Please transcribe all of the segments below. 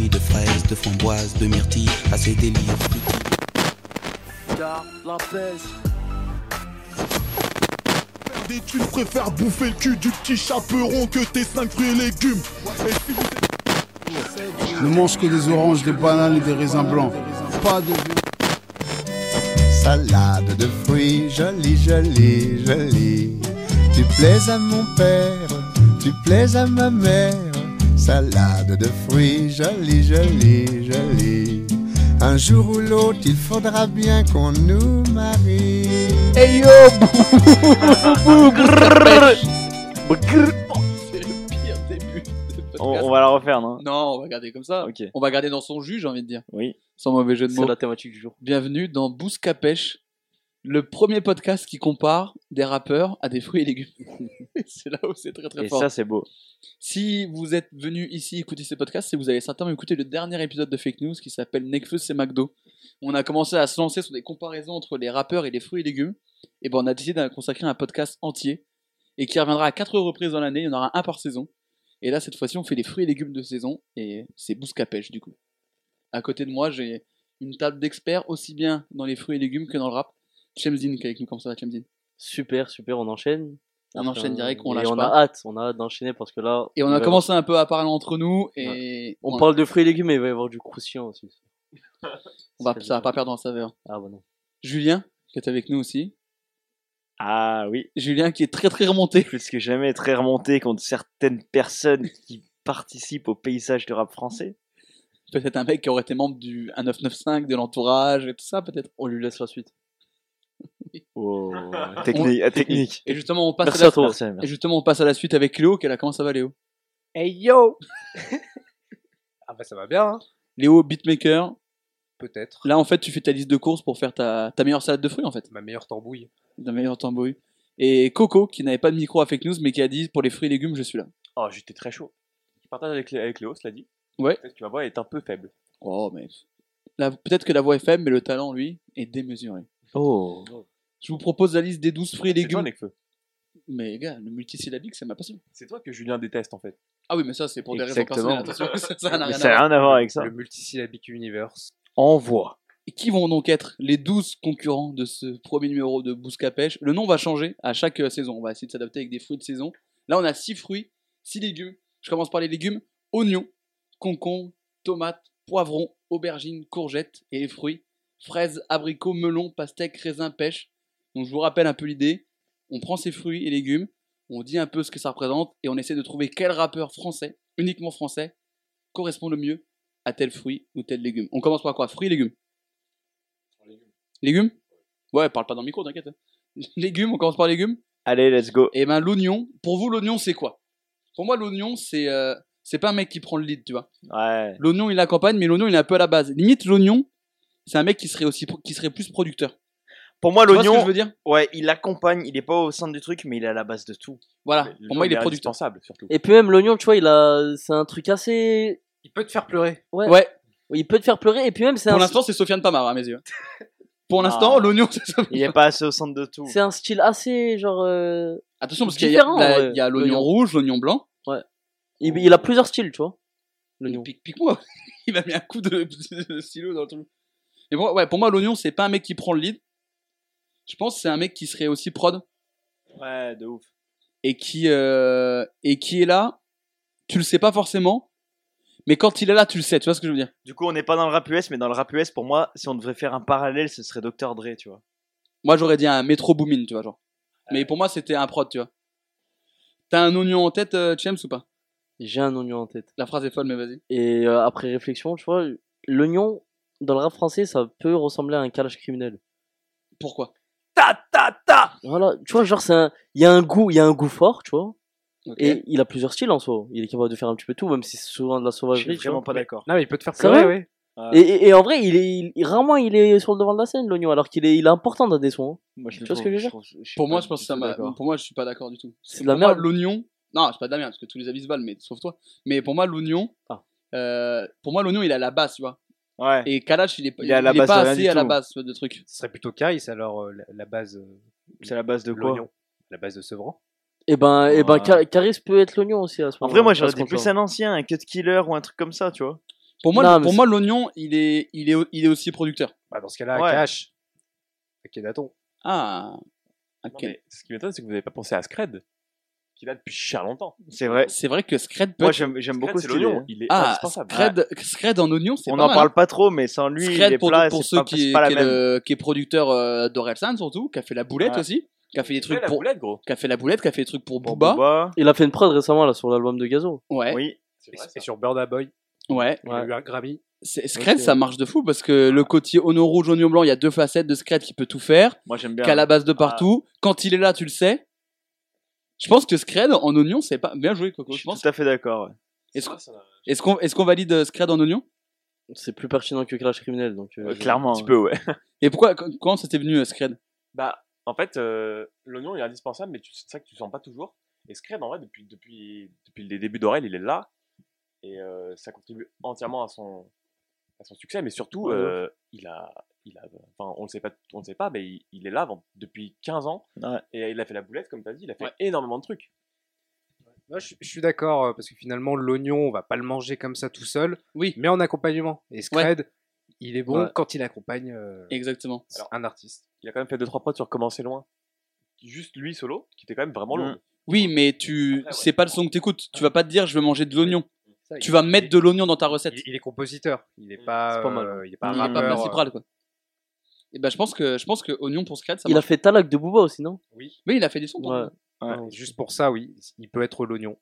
de framboise, de myrtille à ses délires. la Et tu préfères bouffer le cul du petit chaperon que tes 5 fruits et légumes. Et si vous êtes Ne mange que des oranges, des bananes et des raisins blancs. Pas de Salade de fruits, jolie, jolie, jolie. Tu plais à mon père, tu plais à ma mère. Salade de fruits, jolie, jolie, jolie. Un jour ou l'autre, il faudra bien qu'on nous marie. Hey yo C'est le pire début de podcast. On, on va la refaire, non Non, on va garder comme ça. Ok. On va garder dans son jus, j'ai envie de dire. Oui. Sans mauvais jeu de C'est mots. la thématique du jour. Bienvenue dans Bouscapèche, le premier podcast qui compare des rappeurs à des fruits et légumes. c'est là où c'est très très Et fort. ça, c'est beau. Si vous êtes venu ici écouter ces podcasts, c'est que vous avez certainement écouté le dernier épisode de Fake News qui s'appelle Necfeu c'est McDo. On a commencé à se lancer sur des comparaisons entre les rappeurs et les fruits et légumes. Et ben on a décidé d'en consacrer un podcast entier et qui reviendra à quatre reprises dans l'année. Il y en aura un par saison. Et là, cette fois-ci, on fait les fruits et légumes de saison et c'est bouscapèche du coup. À côté de moi, j'ai une table d'experts aussi bien dans les fruits et légumes que dans le rap. Chemzin qui est avec nous, comment ça va Chemzin Super, super, on enchaîne. On enchaîne direct, on et lâche on pas. a hâte, on a hâte d'enchaîner parce que là. Et on a va- commencé un peu à parler entre nous et On on, parle de fruits et légumes, mais il va y avoir du croustillant aussi. on va, ça va pas perdre en saveur. Ah bah non. Julien, qui est avec nous aussi. Ah oui. Julien qui est très très remonté. Plus que jamais, très remonté contre certaines personnes qui participent au paysage du rap français. Peut-être un mec qui aurait été membre du 1995, de l'entourage et tout ça peut-être. On lui laisse la suite. Oh, technique, ah, technique. Et justement on passe Merci à la à toi. Merci, Et merci. justement on passe à la suite avec Léo. Qui est là. Comment ça va Léo Hey yo Ah bah ça va bien, hein Léo beatmaker. peut-être. Là en fait tu fais ta liste de courses pour faire ta, ta meilleure salade de fruits en fait. Ma meilleure tambouille. La meilleure tambouille. Et Coco qui n'avait pas de micro à fake news mais qui a dit pour les fruits et légumes je suis là. Oh, j'étais très chaud. Je partage avec, les- avec Léo, cela dit. Ouais. Peut-être que ma voix est un peu faible. Oh mais Là, peut-être que la voix est faible mais le talent lui est démesuré. Oh. Je vous propose la liste des 12 fruits et Ah, C'est toi, légumes. Nekfeu. Mais gars, le multisyllabique c'est ma passion. C'est toi que Julien déteste en fait. Ah oui mais ça c'est pour des raisons personnelles. Exactement. Attention, ça, ça n'a Mais rien à ça voir. n'a rien à voir avec ça. Le multisyllabique universe. Envoie. Et qui vont donc être les 12 concurrents de ce premier numéro de Bouscapèche. Le nom va changer à chaque euh, saison. On va essayer de s'adapter avec des fruits de saison. Là, on a 6 fruits, 6 légumes. Je commence par les légumes oignons, concombres, tomates, poivrons, aubergines, courgettes et les fruits fraises, abricots, melons, pastèques, raisins, pêche. Donc, je vous rappelle un peu l'idée. On prend ces fruits et légumes, on dit un peu ce que ça représente et on essaie de trouver quel rappeur français, uniquement français, correspond le mieux à tel fruit ou tel légume. On commence par quoi Fruits et légumes Légumes Ouais, parle pas dans le micro, t'inquiète. hein. Légumes, on commence par légumes. Allez, let's go. Et ben l'oignon, pour vous l'oignon c'est quoi Pour moi l'oignon c'est euh, c'est pas un mec qui prend le lead, tu vois. Ouais. L'oignon il accompagne, mais l'oignon il est un peu à la base. Limite l'oignon, c'est un mec qui serait aussi pro- qui serait plus producteur. Pour moi, Tu vois ce que l'oignon, je veux dire ouais, il accompagne, il est pas au centre du truc, mais il est à la base de tout. Voilà, Mais Ah, pour moi il est producteur. indispensable surtout. Et puis même l'oignon, tu vois, il a, c'est un truc assez. Il peut te faire pleurer. Ouais. Ouais, Il peut te faire pleurer. Et puis même, c'est pour un, l'instant c'est Sofiane Pamar hein, à mes yeux. Pour l'instant Ah. l'oignon c'est ça. Il est pas assez au centre de tout. c'est un style assez genre. euh, Attention parce qu'il y a, Différent, là, ouais. il y a l'oignon L'oignon. rouge, l'oignon blanc. Il, il a plusieurs styles, tu vois. L'oignon. L'oignon. Pique, moi Il m'a mis un coup de, de stylo dans le truc. Et pour, ouais, pour moi, l'oignon, c'est pas un mec qui prend le lead. Je pense que c'est un mec qui serait aussi prod Ouais, de ouf. et qui, euh, et qui est là. Tu le sais pas forcément, mais quand il est là, tu le sais. Tu vois ce que je veux dire Du coup, on n'est pas dans le rap US, mais dans le rap US, pour moi, si on devrait faire un parallèle, ce serait Dr. Dre, tu vois. Moi, j'aurais dit un métro boomin, tu vois, genre. Mais pour moi, c'était un prod, tu vois. T'as un oignon en tête, euh, James, ou pas J'ai un oignon en tête. La phrase est folle, mais vas-y. Et euh, après réflexion, tu vois, l'oignon dans le rap français, ça peut ressembler à un calage criminel. Pourquoi Voilà, tu vois, genre c'est un, il y a un goût, il y a un goût fort, tu vois. Ok. Et il a plusieurs styles en soi. Il est capable de faire un petit peu tout, même si c'est souvent de la Je suis sauvagerie. tu vraiment vois. pas d'accord. Non mais il peut te faire Ça pleurer, va ouais. Et, et- et en vrai, il est, il- rarement il est sur le devant de la scène, l'oignon, alors qu'il est, il est important dans des sons. Moi, je Tu vois ce que je veux dire Pour moi, je pense que ça m'a. d'accord. Pour moi, je suis pas d'accord du tout. C'est de la Pour moi, merde. L'oignon. Non, c'est pas de la merde parce que tous les avis se valent, mais sauf toi. Mais pour moi, l'oignon. Ah. euh, pour moi, l'oignon, il est à la base, tu vois. Ouais. Et Kalash, il est, Il est à la base pas de rien assez du à la tout. base tu vois, de trucs. Ce serait plutôt Caïs, alors euh, la, la base euh, C'est la base de de quoi l'oignon. La base de Sevran. Et ben, et ben, Ouais. Car- Caris peut être l'oignon aussi à ce En moment. vrai, moi, à ce j'aurais dit compte-là. plus un ancien, un cut killer ou un truc comme ça, tu vois. Pour moi, Non, le- pour mais moi l'oignon, il est, il, est, au- il est aussi producteur. Bah, dans ce cas-là, Ouais. Cash. Kedaton. Ah, Non, ok. mais ce qui m'étonne, c'est que vous n'avez pas pensé à Scred, qui est là depuis cher longtemps. C'est vrai. C'est vrai que Scred peut. Moi, j'aime j'aime Scred, beaucoup c'est cette idée. l'oignon. Il est ah, indispensable. Scred, Scred en oignon, c'est On pas n'en mal, parle pas trop, mais sans lui, Scred, les pour, plats, pour c'est ceux pas, qui, c'est pas qui la est même. le- qui est producteur euh, d'Orelsan surtout, qui a fait la boulette Ouais. aussi, qui a fait des Ouais, trucs la pour, boulette, gros. qui a fait la boulette, qui a fait des trucs pour Pour Booba. Booba, Il a fait une prod récemment là sur l'album de Gazo. Ouais, oui. Et, et sur Burda Boy, ouais. il a eu un Grammy. C'est- Scred, Ok. ça marche de fou parce que le côté oignon rouge, oignon blanc, il y a deux facettes de Scred qui peut tout faire, Moi, j'aime qui a bien. la base de partout. Quand il est là, tu le sais. Je pense que Scred en oignon, c'est pas bien joué, Coco. Je Je suis pense. tout à fait d'accord. ouais. Est-ce est-ce qu'on est-ce qu'on valide euh, Scred en oignon C'est plus pertinent que Clash Criminel donc. euh, Euh, Clairement. Un petit peu, ouais. Et pourquoi qu- comment ça t'est venu euh, Scred Bah, en fait, euh, l'oignon il est indispensable, mais tu- c'est ça que tu sens pas toujours. Et Scred, en vrai, depuis, depuis, depuis les débuts d'Aurel, il est là. Et euh, ça contribue entièrement à son, à son succès. Mais surtout, Ouais, de euh, il a. Il a enfin, on le sait pas, on le sait pas mais il, il est là avant- depuis 15 ans. Ouais. Et il a fait la boulette, comme tu as dit. Il a fait Ouais. énormément de trucs. Moi, je, je suis d'accord, euh, parce que finalement, l'oignon, on va pas le manger comme ça tout seul, Oui. mais en accompagnement. Et Scred, il est bon Ouais. quand il accompagne euh, Exactement. un artiste. Il a quand même fait 2-3 prods sur Commencer Loin. Juste lui solo, qui était quand même vraiment long. Mm. Oui, mais tu Après, ouais. c'est pas le son que t'écoutes. Tu vas pas te dire je vais manger de l'oignon. Ça, Tu il- vas il- mettre de l'oignon dans ta recette. il, il est compositeur. Il est Mm, pas, c'est pas mal. euh, il est Ah, pas Il est rappeur. pas euh, principal quoi. Et ben je pense que je pense que oignon pour Scred, ça Il a marche. fait Talak de Booba aussi non Oui, Oui, il a fait des sons. pour Ouais. moi. Ah, non, juste pour ça, oui, il peut être l'oignon.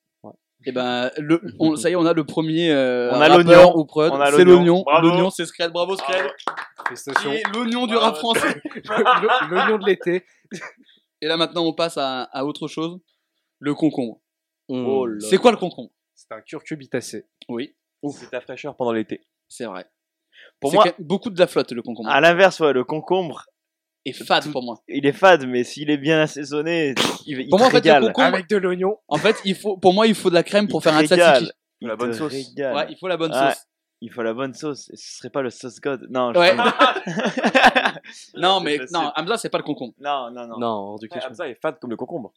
Et ben le on- ça y est, on a le premier euh, On a rappeur l'oignon. ou prod, On a c'est l'oignon. l'oignon. Bravo. Ah, L'oignon c'est Scred, bravo Scred. Félicitations. Et l'oignon du rap français. Le- l'oignon de l'été. Et là maintenant on passe à, à autre chose, le concombre. Hmm. Oh là C'est quoi le concombre C'est un curcubitacé. Oui, C'est ta fraîcheur pendant l'été. c'est vrai. Pour C'est moi- Ah, quand même beaucoup de la flotte le concombre. À l'inverse, ouais, le concombre, et fade pour moi. il est fade, mais s'il est bien assaisonné, il, il Pour te moi, en fait, le régale. concombre- Avec de l'oignon. En fait, il faut pour moi il faut de la crème pour Il faire te un régale. tzatziki. Il La te bonne sauce. régale. Ouais, il faut la bonne Ouais. sauce. Il faut la bonne sauce. Et ce serait pas le sauce god. Non, je- Ouais. non, mais Je sais. non, Hamza, c'est pas le concombre. non, non, non. Non, hors du Ouais, question. Hamza est fade comme le concombre.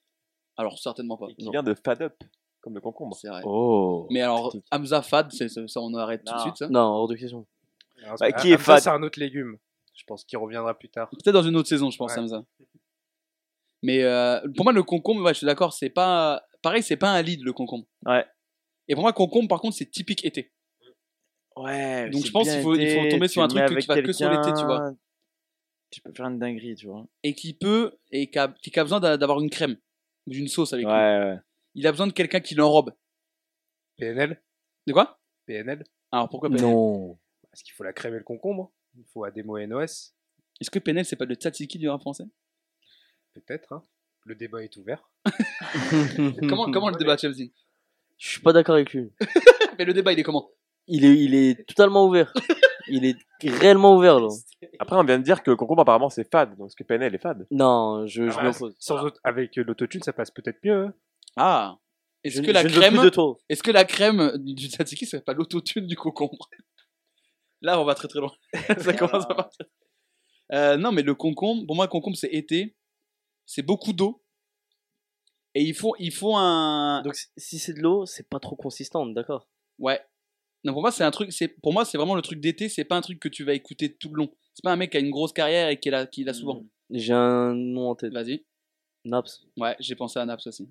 Alors, certainement pas. Et qui Non, vient de fade up, comme le concombre. C'est vrai. Oh. Mais alors, Hamza Fad, c'est ça, ça, on arrête tout de Non. suite. ça. Non, hors de question. Alors, Bah, c'est- qui est ah, ça, fade C'est un autre légume. Je pense qu'il reviendra plus tard. Peut-être dans une autre saison, je pense, Ouais. Hamza. Mais euh, pour moi, le concombre, ouais, je suis d'accord, c'est pas. Pareil, c'est pas un lead, le concombre. Ouais. Et pour moi, concombre, par contre, c'est typique été. Ouais. Donc, c'est je pense bien qu'il faut- il été, faut tomber sur un le truc mets que tu avec vas que sur l'été, tu vois. quelqu'un, Tu peux faire une dinguerie, tu vois. Et qui peut. Et qui a, qui a besoin d'a- d'avoir une crème. Ou d'une sauce avec Ouais, lui. ouais. Il a besoin de quelqu'un qui l'enrobe. PNL De quoi PNL Alors, pourquoi PNL Non. Parce qu'il faut la crème et le concombre. Il faut Ademo NOS, Est-ce que PNL, c'est pas le tzatziki du rap français peut-être. hein. Le débat est ouvert. comment, comment le débat, Chelsea Je suis pas d'accord avec lui. Mais le débat, il est comment Il est, il est totalement ouvert. il est réellement ouvert là. Après, on vient de dire que le concombre, apparemment, c'est fade. Donc, ce que PNL est fade. Non, je, Ah je bah, m'oppose. Sans autre- avec euh, l'autotune, ça passe peut-être mieux. hein. Ah Est-ce Je- que la je ne veux plus crème de toi. Est-ce que la crème du tzatziki, c'est pas l'autotune du concombre Là, on va très très loin. ça commence à partir. Euh, non, mais le concombre, pour moi, le concombre, c'est été. C'est beaucoup d'eau. Et ils font, ils font un. Donc si- si c'est de l'eau, c'est pas trop consistant, on est d'accord. Ouais. Non, pour moi, c'est un truc. C'est pour moi, c'est vraiment le truc d'été. C'est pas un truc que tu vas écouter tout le long. C'est pas un mec qui a une grosse carrière et qui est là, qui est là souvent. J'ai un nom en tête. Vas-y. Naps. Ouais, j'ai pensé à Naps aussi.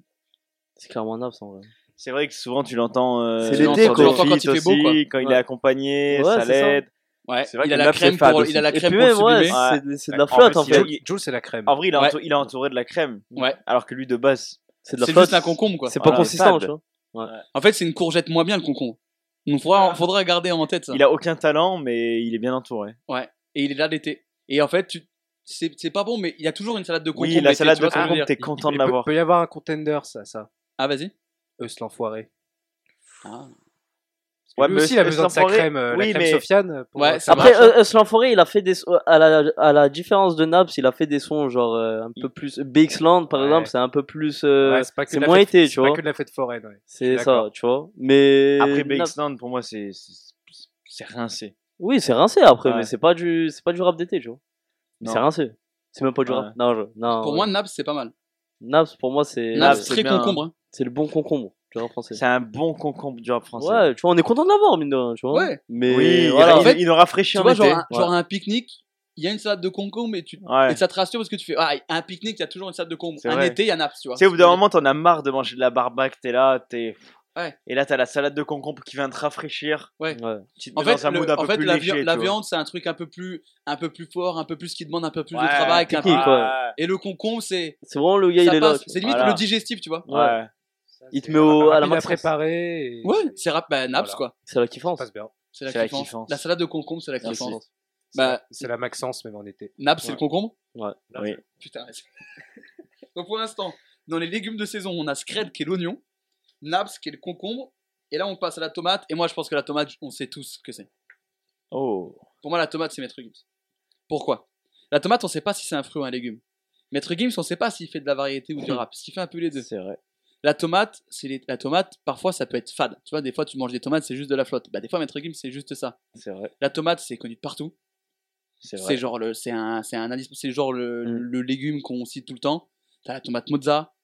C'est clairement un Naps en vrai. C'est vrai que souvent tu l'entends. euh, C'est l'été, sur quoi. des Tu l'entends quand il feats fait beau, aussi, quoi. Quand il Ouais. est accompagné, Ouais, ça c'est ça. l'aide. Ouais. C'est vrai il que a la Naps, c'est crème fade pour, aussi. il a la Et crème puis pour le même, ouais, sublimer. c'est Ouais. de- c'est de, Ouais, la en fait, flotte hein. en il est- fait. il- Jules, c'est la crème. En vrai, il est, Ouais. entouré, il est entouré de la crème. Ouais. Alors que lui, de base, C'est de la C'est juste flotte. un concombre quoi. C'est pas Voilà, consistant, fade. tu vois. En fait, c'est une courgette moins bien le concombre. Donc faudra, faudra garder en tête ça. il a aucun talent, mais il est bien entouré. Et il est là l'été. Et en fait, tu... c'est c'est pas bon, mais il y a toujours une salade de concombre. Oui, la l'été, salade tu de vois ce que je veux concombre, dire. t'es content de Il peut- l'avoir. peut y avoir un contender, ça, ça. Ah vas-y. Eux, se l'enfoiré. Ah. Ouais, Lui mais aussi, il a Eus besoin de sa l'Enfoiré, crème, euh, oui, la crème mais- Sofiane. pour- Ouais, ça Bah, Après, marche, hein. euh, Eus L'Enforêt, il a fait des so- à la, à la différence de Naps, il a fait des sons genre euh, un peu plus BXland par Ouais. exemple, c'est un peu plus euh, Ouais, c'est pas que c'est de la moins fête- été, c'est tu pas vois. que de la fête foraine, ouais. c'est ça, d'accord. tu vois. Mais Après, Naps- Bakesland, pour moi, c'est c'est- c'est rincé. oui, c'est rincé après, Ouais. mais c'est pas du c'est pas du rap d'été, tu vois. Mais Non. C'est rincé. C'est même pas du Ah, Ouais. rap. Non, je- non. Pour moi, Naps, c'est pas mal. Naps pour moi c'est Naps, c'est très bien, concombre. hein. c'est le bon concombre, tu du rap français. C'est un bon concombre du rap français. Ouais, tu vois, on est content de l'avoir, mine de rien, tu vois. Ouais. Mais oui, il, voilà. en fait, il nous rafraîchit Tu en vois, été. genre un, Ouais. genre un pique-nique, il y a une salade de concombre et, tu... Ouais. et ça te rassure parce que tu fais ah, un pique-nique, il y a toujours une salade de concombre. C'est Un vrai. été, il y en a, tu vois. Tu sais, au bout d'un moment, t'en as marre de manger de la barbaque, t'es là, t'es. Ouais. Et là, t'as la salade de concombre qui vient te rafraîchir. Ouais. Ouais. Tu te En mets fait, dans un le- mood un en peu fait plus la, vi- léger. tu la vois. viande, c'est un truc un peu plus, un peu plus fort, un peu plus qui demande un peu plus de Ouais, travail. qu'un- technique, quoi. Ah, Et le concombre, c'est C'est vraiment le gars, ça il est là. passe. C'est limite Voilà. le digestif, tu vois. Ouais. ouais. Il te met au- à la main. préparée. Ouais, c'est rap, bah, naps Voilà. quoi. C'est la kiffance. passe bien. C'est la, C'est la kiffance. kiffance. La salade de concombre, c'est la Merci. kiffance. C'est Bah, la- c'est la Maxence, même en été. Naps, c'est le concombre Oui. Putain. vas-y. Donc pour l'instant, dans les légumes de saison, on a scred qui est l'oignon, naps qui est le concombre, et là on passe à la tomate. Et moi je pense que la tomate, on sait tous ce que c'est. Oh. Pour moi, la tomate, c'est Maître Gims. Pourquoi La tomate, on sait pas si c'est un fruit ou un légume. Maître Gims, on sait pas s'il fait de la variété ou du rap. S'il fait un peu les deux. C'est vrai. La tomate, c'est les- la tomate. Parfois, ça peut être fade. Tu vois, des fois, tu manges des tomates, c'est juste de la flotte. Bah, des fois, Maître Gims, c'est juste ça. C'est vrai. La tomate, c'est connu de partout. C'est C'est vrai. genre le, c'est un, c'est un indice, c'est genre le, Mm. le légume qu'on cite tout le temps. T'as la tomate mozza,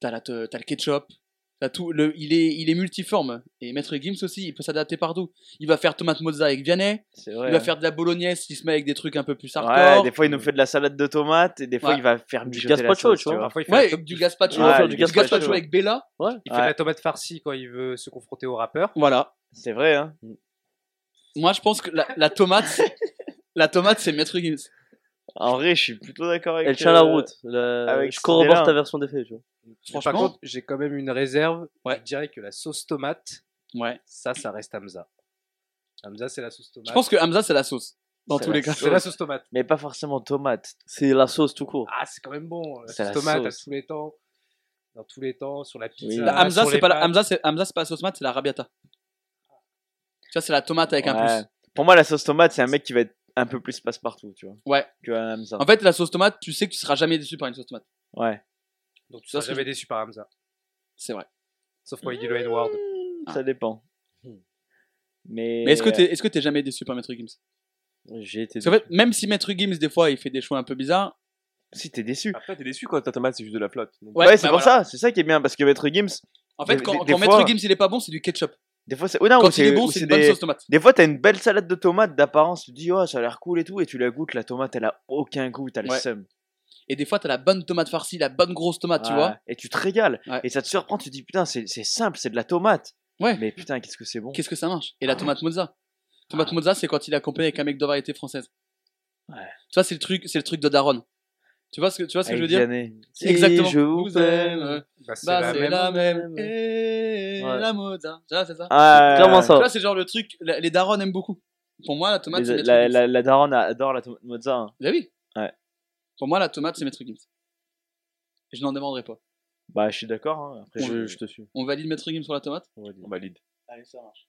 t'as la, te- t'as le ketchup, t'as tout. Le, il est, il est multiforme. Et Maître Gims aussi, il peut s'adapter partout. Il va faire tomate mozza avec Vianney, C'est vrai. il hein. va faire de la bolognaise s'il se met avec des trucs un peu plus Ouais, hardcore. des fois, il nous fait de la salade de tomates et des fois, Ouais. il va faire Du mijoter la gazpacho, sauce, tu vois. Parfois, il fait, Ouais, la to- du gazpacho, Ouais, il va faire du du gazpacho gazpacho. avec Bella. il fait de la tomate farcie quand il veut se confronter au rappeur. Voilà. C'est vrai, hein. Moi, je pense que la, la tomate, c'est- la tomate, c'est Maître Gims. En vrai, je suis plutôt d'accord avec Elle tient la euh, route. La- avec je cette corrobore idée-là. ta version des faits, tu vois. Mais Franchement. Par contre, j'ai quand même une réserve. Ouais. Je dirais que la sauce tomate, Ouais. ça, ça reste Hamza. Hamza, c'est la sauce tomate. Je pense que Hamza, c'est la sauce. Dans C'est tous la les cas. c'est la sauce tomate. Mais pas forcément tomates. C'est la sauce tout court. Ah, c'est quand même bon. La C'est sauce la tomate sauce. à tous les temps. Dans tous les temps, sur la pizza. Oui. La Hamza, sur c'est les pas la, pâtes. Hamza, c'est Hamza, c'est pas la sauce tomate, c'est la rabiata. Tu vois, c'est la tomate avec un Ouais. plus. Pour moi, la sauce tomate, c'est un mec qui va être un peu plus passe-partout, tu vois. Ouais. Que un Hamza. En fait, la sauce tomate, tu sais que tu seras jamais déçu par une sauce tomate. Ouais. Donc, tu Ça, seras c'est- Mmh. jamais déçu par Hamza. C'est vrai. Sauf quand il dit le N-word. Ça dépend. Mais. Ah. Mais est-ce que t'es, est-ce que t'es jamais déçu par Maître Gims J'ai été. Parce qu'en fait, même si Maître Gims des fois il fait des choix un peu bizarres, Si t'es déçu. Après, t'es déçu quand ta tomate, c'est juste de la flotte. Donc, Ouais, c'est bah pour voilà. ça, c'est ça qui est bien parce que Maître Gims, En fait, Des- quand, des- des quand fois- Maître Gims il est pas bon, c'est du ketchup. des fois c'est. Oh, non, ou Quand il est bon, ou c'est une bonne des... sauce tomate. des fois t'as une belle salade de tomates d'apparence, tu te dis, oh, ça a l'air cool et tout, et tu la goûtes, la tomate elle a aucun goût, t'as le Ouais. seum. Et des fois, t'as la bonne tomate farcie, la bonne grosse tomate, Ah, tu Ouais. vois. Et tu te régales. Ouais. Et ça te surprend, tu te dis, putain, c'est c'est simple, c'est de la tomate. Ouais. Mais putain, qu'est-ce que c'est bon. Qu'est-ce que ça marche Et la tomate mozza. Tomate mozza, c'est quand il est accompagné avec un mec de variété française. Ah. Ouais. Tu vois, c'est le truc, c'est le truc de Daron. Tu vois ce que tu vois ce que je veux Avec dire Vianney. C'est Exactement. Et je vous Vous aime. aime. Bah, c'est Bah, la c'est même. la même. même. Et Ouais. la mozza. Tu vois, c'est ça. Ah, Clairement Tu ça. vois, c'est genre le truc. la- Les darons aiment beaucoup. Pour moi, la tomate, c'est Les- Maître la, Gims. la, la daronne adore la tomate mozza. hein. Bah oui. Ouais. Pour moi, la tomate, c'est Maître Gims. Je n'en demanderai pas. Bah, je suis d'accord. hein. Après, je, Ouais. je te suis. On valide Maître Gims sur la tomate on va dire. on valide. Allez, ça marche.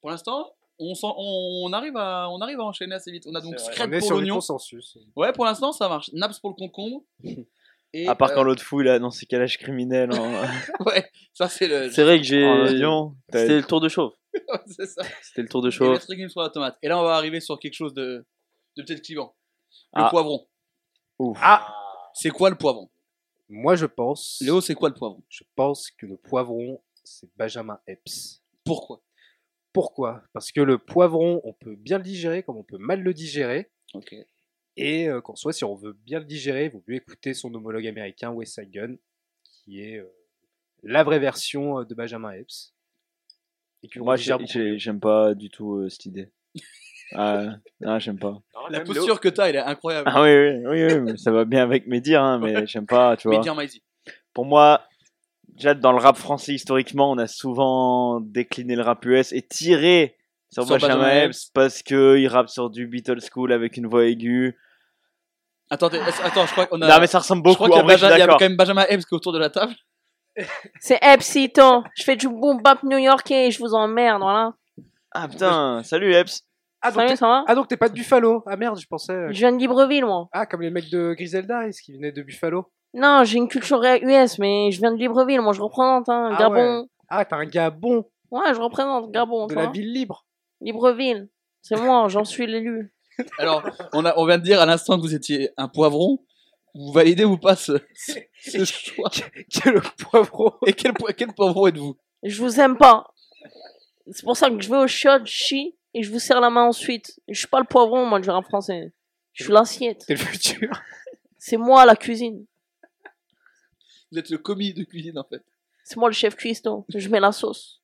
Pour l'instant, on, s'en- on, on arrive à, on arrive à enchaîner assez vite. On a donc C'est vrai. Scred On est pour sur du l'oignon. consensus. Ouais, pour l'instant, ça marche. Naps pour le concombre. Et, À part euh, quand l'autre fou il a annoncé calage criminel hein. en, ouais, ça c'est le. C'est vrai que j'ai. en oignon. t'as- C'était le tour de chauve. c'est ça. C'était le tour de Et chauve. Maître Gims sur la tomate. Et là, on va arriver sur quelque chose de, de peut-être clivant. Le Ah. poivron. Ouf. Ah. C'est quoi le poivron Moi, je pense. Léo, c'est quoi le poivron Je pense que le poivron, c'est Benjamin Epps. Pourquoi Pourquoi Parce que le poivron, on peut bien le digérer comme on peut mal le digérer. Ok. Et euh, qu'en soit, si on veut bien le digérer, il vaut mieux écouter son homologue américain Wes Hagen, qui est euh, la vraie version euh, de Benjamin Epps. Et que l'on Moi, j'ai- digère beaucoup j'ai- j'aime pas du tout euh, cette idée. Ah, non, j'aime pas. La posture que t'as, elle est incroyable. Ah oui, oui, oui, oui, mais ça va bien avec mes dires, hein, mais j'aime pas, tu Mais vois. dire Maisy. Pour moi, déjà dans le rap français historiquement, on a souvent décliné le rap US et tiré sur, Sur Benjamin Benjamin Epps. Epps parce que il rappe sur du Beatles School avec une voix aiguë. Attends, t'es- est-ce- attends, je crois qu'on a. Non mais ça ressemble Bah, je beaucoup. crois qu'il y, a en vrai, je suis Benja- il y a d'accord. quand même Benjamin Epps qui est autour de la table. C'est excitant. Je fais du boom bap new-yorkais et je vous emmerde, voilà. Ah putain, salut Epps. Ah, donc Salut, t'es- ça va ah, donc t'es pas de Buffalo Ah merde, je pensais. euh, Je viens de Libreville, moi. Ah, comme les mecs de Griselda, est-ce qu'ils venaient de Buffalo Non, j'ai une culture ré- US, mais je viens de Libreville, moi, je représente, hein, Ah Gabon. Ah, t'as un gars bon Ouais. je représente Gabon, de tu la vois. ville libre. Libreville. C'est moi, j'en suis l'élu. Alors, on, a, on vient de dire à l'instant que vous étiez un poivron. Vous validez ou pas ce, ce choix Quel poivron Et quel, po- quel poivron êtes-vous Je vous aime pas. C'est pour ça que je vais au chiotte, je chie, et je vous serre la main ensuite. Je suis pas le poivron, moi, du rap français. Je suis l'assiette. T'es le futur. C'est moi, la cuisine. Vous êtes le commis de cuisine en fait. C'est moi, le chef cuistot. Je mets la sauce.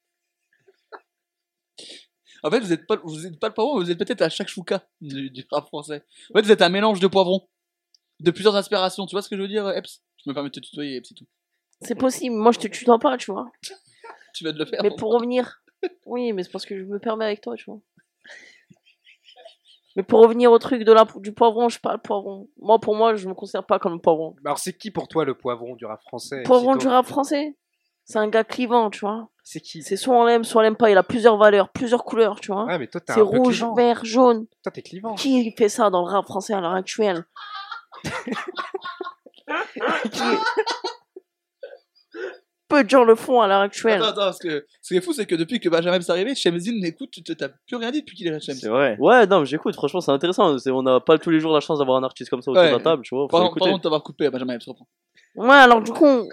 En fait, vous n'êtes pas, vous êtes pas le poivron, vous êtes peut-être à chaque chouka du, du rap français. En fait, vous êtes un mélange de poivrons, de plusieurs inspirations. Tu vois ce que je veux dire, Eps Je me permets de te tutoyer, Eps, c'est tout. C'est possible. Moi, je te tutoie pas, tu vois. Tu vas de le faire. Mais pour revenir. Oui, mais c'est parce que je me permets avec toi, tu vois. Mais pour revenir au truc de la, du poivron, je suis pas le poivron. Moi, pour moi, je me considère pas comme le poivron. Bah Alors, c'est qui pour toi le poivron du rap français Poivron Cito du rap français, c'est un gars clivant, tu vois. C'est qui C'est soit on l'aime, soit on l'aime pas. Il a plusieurs valeurs, plusieurs couleurs, tu vois. Ouais, mais toi, t'es c'est un peu rouge, clivant. vert, jaune. Toi, t'es clivant. Qui fait ça dans le rap français à l'heure actuelle Qui- Peu de gens le font à l'heure actuelle. Attends, attends, parce que ce qui est fou, c'est que depuis que Benjamin est arrivé, Shemzin n'écoute, tu t'as plus rien dit depuis qu'il est là, Shemzin. C'est vrai. Ouais, non, mais j'écoute, franchement, c'est intéressant. c'est- On n'a pas tous les jours la chance d'avoir un artiste comme ça autour Ouais. de la table, tu vois. faut Pardon, l'écouter. pardon de t'avoir coupé, Benjamin Epps, reprends. Ouais, alors du coup,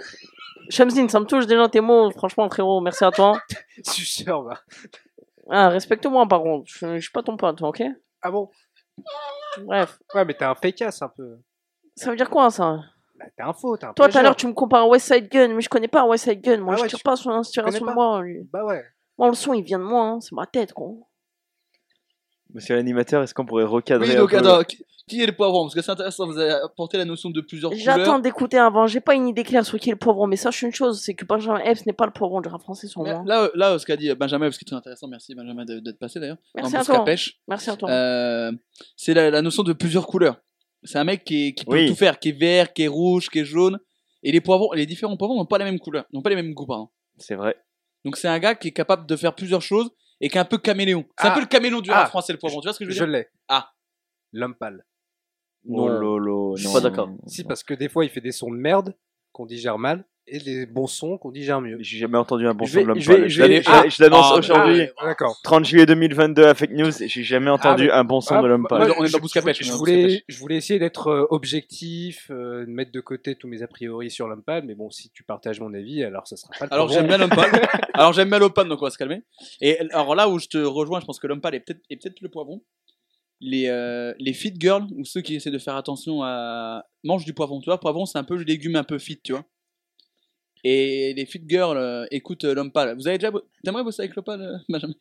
Shamsin, ça me touche déjà tes mots, franchement, frérot, merci à toi. Suceur, va. Ah, respecte-moi, par contre, je je suis pas ton pote, ok Ah bon Bref, Ouais, mais t'es un fake-ass un peu. ça veut dire quoi ça Bah, t'es un faux, t'es un Toi, tout à l'heure, tu plaisir. me compares à West Side Gun, mais je connais pas West Side Gun, moi, Ah ouais, je tire tu- pas son tu inspiration connais de pas moi, lui. Bah ouais. Moi, le son, il vient de moi, hein, c'est ma tête, con. Monsieur l'animateur, est-ce qu'on pourrait recadrer Oui, un donc peu attends, qui, qui est le poivron Parce que c'est intéressant, vous avez apporté la notion de plusieurs J'attends couleurs. d'écouter avant, j'ai pas une idée claire sur qui est le poivron, mais sache une chose, c'est que Benjamin Epps n'est pas le poivron du rap français sur Mais moi. Là, euh, là, ce qu'a dit Benjamin, parce que c'est très intéressant, merci Benjamin de- d'être passé d'ailleurs. Merci dans à Bousca toi. Pêche. Merci à toi. Euh, c'est la, la notion de plusieurs couleurs. C'est un mec qui, est- qui peut Oui. tout faire, qui est vert, qui est rouge, qui est jaune. Et les poivrons, les différents poivrons n'ont pas les mêmes couleurs, n'ont pas les mêmes goûts, pardon. C'est vrai. Donc c'est un gars qui est capable de faire plusieurs choses et qui est un peu caméléon. C'est un Ah. peu le caméléon du rap Ah. français, le poivron. Tu vois ce que je veux Je dire l'ai. Ah. L'homme pâle. Non, Non, lolo, je suis non, pas non, d'accord. non, Si, non. parce que des fois, il fait des sons de merde qu'on digère mal et des bons sons qu'on digère mieux. J'ai jamais entendu un bon Je son vais- de l'homme je vais- pâle. je Je vais- l'annonce- ah, je- je l'annonce ah, aujourd'hui, Ah, D'accord. 30 juillet 2022 à Fake News, j'ai jamais entendu un bon son Ah, de l'homme bah, pâle. on est dans je- Bouscapèche, Je on est dans voulais, Bouscapèche. je voulais essayer d'être euh, objectif, euh, de mettre de côté tous mes a priori sur l'homme pâle, mais bon, si tu partages mon avis, alors ça sera pas le Alors j'aime poivron. bien l'homme pâle. Alors j'aime bien l'homme pâle, donc on va se calmer. Et alors là où je te rejoins, je pense que l'homme pâle est peut-être est peut-être le poivron. Les euh, les fit girls ou ceux qui essaient de faire attention à mangent du poivron. Tu vois, poivron c'est un peu le légume un peu fit, tu vois. Et les fit girls euh, écoutent euh, l'homme pâle. Vous avez déjà bo- t'aimerais bosser avec l'homme pâle, euh, Benjamin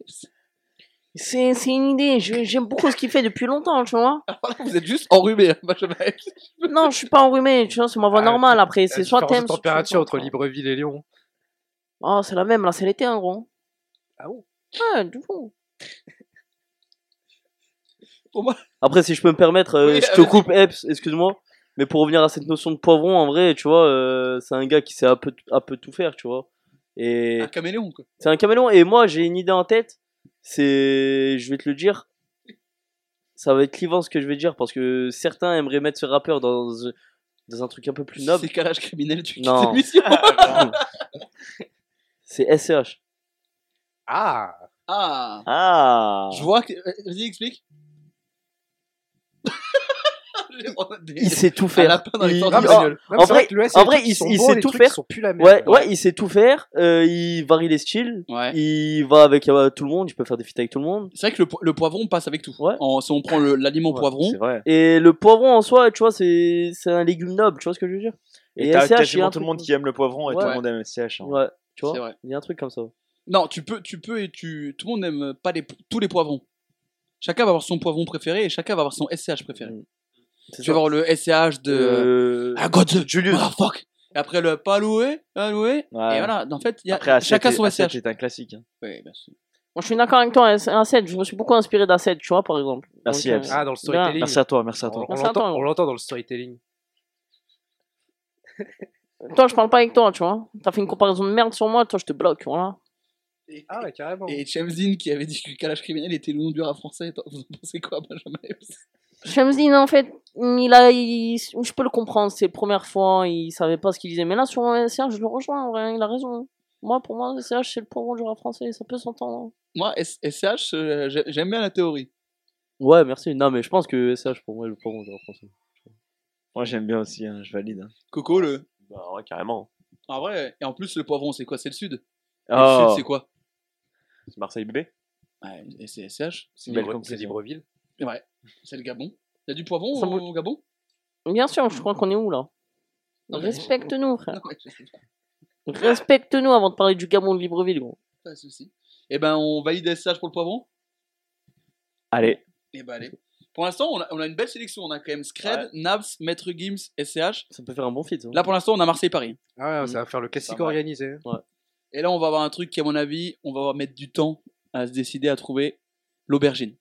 C'est c'est une idée, je- j'aime beaucoup ce qu'il fait depuis longtemps, tu vois. Alors là, vous êtes juste enrhumé, hein, Benjamin. Non, je suis pas enrhumé, tu vois, c'est ma voix Ah, normale après. La C'est soit différence t'aimes. de soit tu température aimes entre pas. Libreville et Lyon. Oh, c'est la même, là, c'est l'été, en gros. Ah bon Ouais, du coup. Après, si je peux me permettre, euh, Oui, je te vas-y. coupe, Eps, excuse-moi. Mais pour revenir à cette notion de poivron, en vrai, tu vois, euh, c'est un gars qui sait un peu, un peu tout faire, tu vois. Et Un caméléon quoi. c'est un caméléon. Et moi, j'ai une idée en tête. C'est, je vais te le dire, ça va être clivant ce que je vais dire parce que certains aimeraient mettre ce rappeur dans, dans un truc un peu plus noble. C'est carrage criminel du Non. cette émission. C'est SCH. Ah ah. Ah Je vois que. euh, Vas-y, explique. Je vais prendre des- Il sait tout un faire. lapin dans les Il- temps Non, Ah, mais de c'est bagnole. en- vrai que le- en vrai- c'est que en le S, les vrai, trucs qui il- sont il bons, sait les tout trucs qui faire. sont plus la merde. oh, Ouais, ouais, il sait tout faire. euh, il varie les styles. Ouais. Il va avec euh, tout le monde. Il peut faire des feats avec tout le monde. C'est vrai que le, po- le poivron passe avec tout. Ouais. En- si on prend le- l'aliment Ouais, poivron, C'est vrai. Et le poivron en soi, tu vois, c'est c'est un légume noble, tu vois ce que je veux dire Et, Et t'as SCH, il y a quasiment un tout le truc- monde qui aime le poivron et tout Ouais. le monde aime SCH. hein. Ouais, tu c'est vois, vrai. il y a un truc comme ça. Non, tu peux, tu peux et tu. Tout le monde n'aime pas les, tous les poivrons. Chacun va avoir son poivron préféré et chacun va avoir son SCH préféré. Mm. C'est Tu ça. vas avoir le SCH de. Euh, Ah, God the Julius. fuck. Et après le pas loué, pas loué. Ouais. Et voilà, en fait, il y a, Après, H7 chacun son est- H7 SCH. est un classique. hein. Ouais, bien sûr. Moi, je suis d'accord avec toi, A7, je me suis beaucoup inspiré d'A7, tu vois, par exemple. Merci, Donc, euh, Abs. Ah, dans Bien. le storytelling. Merci à toi, merci à On- toi. On Merci à toi. l'entend- on l'entend dans le storytelling. euh, Toi, je parle pas avec toi, tu vois. T'as fait une comparaison de merde sur moi, toi, je te bloque, voilà. Et, Ah ouais, carrément. et Chemzin qui avait dit que Calage Criminel était le nom du rap français. Attends, Vous en pensez quoi, Benjamin Shamsin, en fait, il a, il- je peux le comprendre, c'est la première fois, il savait pas ce qu'il disait. Mais là, sur SCH, je le rejoins, en vrai, il a raison. Moi, pour moi, SCH, c'est le poivron du rap français, ça peut s'entendre. Moi, S- SCH, euh, j'ai- j'aime bien la théorie. Ouais, merci. Non, mais je pense que SH pour moi, le poivron, je vais Moi, j'aime bien aussi, hein, je valide. hein. Coco, le. Bah, ouais, carrément. En vrai, et en plus, le poivron, c'est quoi C'est le sud. Et Le Oh. sud, c'est quoi C'est Marseille bébé ouais, et C'est SCH. C'est Belle Libre- c'est conclusion. Libreville. Et Ouais, c'est le Gabon. Il y a du poivron au, Ça me- au Gabon Bien sûr, je crois qu'on est où là Non, mais- Respecte-nous, frère. Non, mais je sais pas. Respecte-nous avant de parler du Gabon de Libreville, gros. Pas de souci. Eh ben, on valide SCH pour le poivron Allez, Eh ben, allez. Pour l'instant, on a, on a une belle sélection. On a quand même Scred, Nabs, Maître Gims, SCH. Ça peut faire un bon fit. Là, pour l'instant, on a Marseille-Paris. Ah, ouais, Mm. ça va faire le classique Pas mal. organisé. hein. Et là, on va avoir un truc qui, à mon avis, on va mettre du temps à se décider à trouver l'aubergine.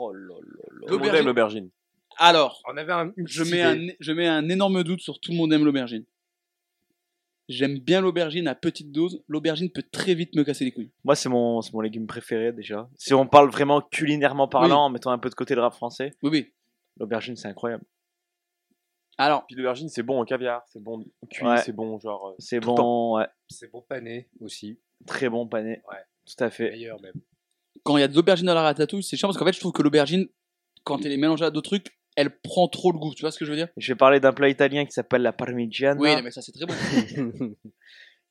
Oh là là là. Tout le monde L'aubergine- aime l'aubergine. Alors, On avait un. une je petite mets, idée. un, je mets un énorme doute sur tout le monde aime l'aubergine. J'aime bien l'aubergine à petite dose. L'aubergine peut très vite me casser les couilles. Moi, c'est mon, c'est mon légume préféré déjà. Si on parle vraiment culinairement parlant, en mettant un peu de côté le rap français, Oui, oui. l'aubergine, c'est incroyable. Alors, Puis l'aubergine, c'est bon en caviar, c'est bon cuit, Ouais. c'est bon genre. euh, C'est Tout le bon, ouais. C'est bon pané aussi. Très bon pané. Ouais. Tout à fait. Meilleur même. quand il y a de l'aubergine dans la ratatouille, c'est chiant parce qu'en fait, je trouve que l'aubergine, quand elle est mélangée à d'autres trucs, elle prend trop le goût. Tu vois ce que je veux dire Je vais parler d'un plat italien qui s'appelle la parmigiana, Oui, mais ça, c'est très bon.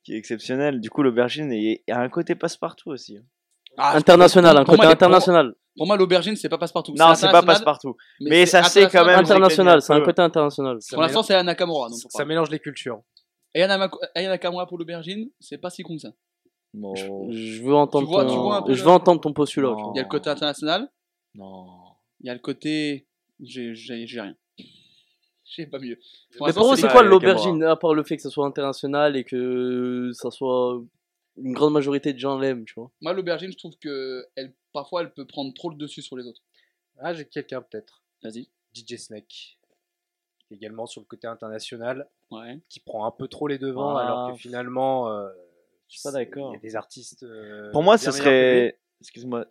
qui est exceptionnel. Du coup, l'aubergine est- a un côté passe-partout aussi. hein. Ah, International, un pour moi, côté les- pour moi- international. Pour moi, l'aubergine, c'est pas passe-partout. Non, c'est pas international, passe-partout. mais ça, c'est international. quand même- International, c'est un peu. côté international. Pour l'instant, c'est Anna Nakamura. Donc, Ça mélange les cultures. Et Anna Mac- Aya Nakamura pour l'aubergine, c'est pas si con que ça. Bon, Je veux entendre Tu vois- tu vois un ton... peu Je le- veux entendre ton postulat. tu vois. Il y a le côté international, non. il y a le côté. J'ai j'ai- j'ai rien. J'ai pas mieux. Pour Mais l'instant, pour eux, c'est c'est pas quoi les l'aubergine À part le fait que ça soit international et que ça soit une grande majorité de gens l'aiment, tu vois. Moi, l'aubergine, je trouve que elle, parfois, elle peut prendre trop le dessus sur les autres. Ah, j'ai quelqu'un peut-être. Vas-y. DJ Snake. Également sur le côté international, Ouais. qui prend un peu trop les devants, Ah. alors que finalement. euh, suis pas d'accord. Il y a des artistes. euh, Pour moi, ce bien meilleurs que lui. serait, excuse-moi,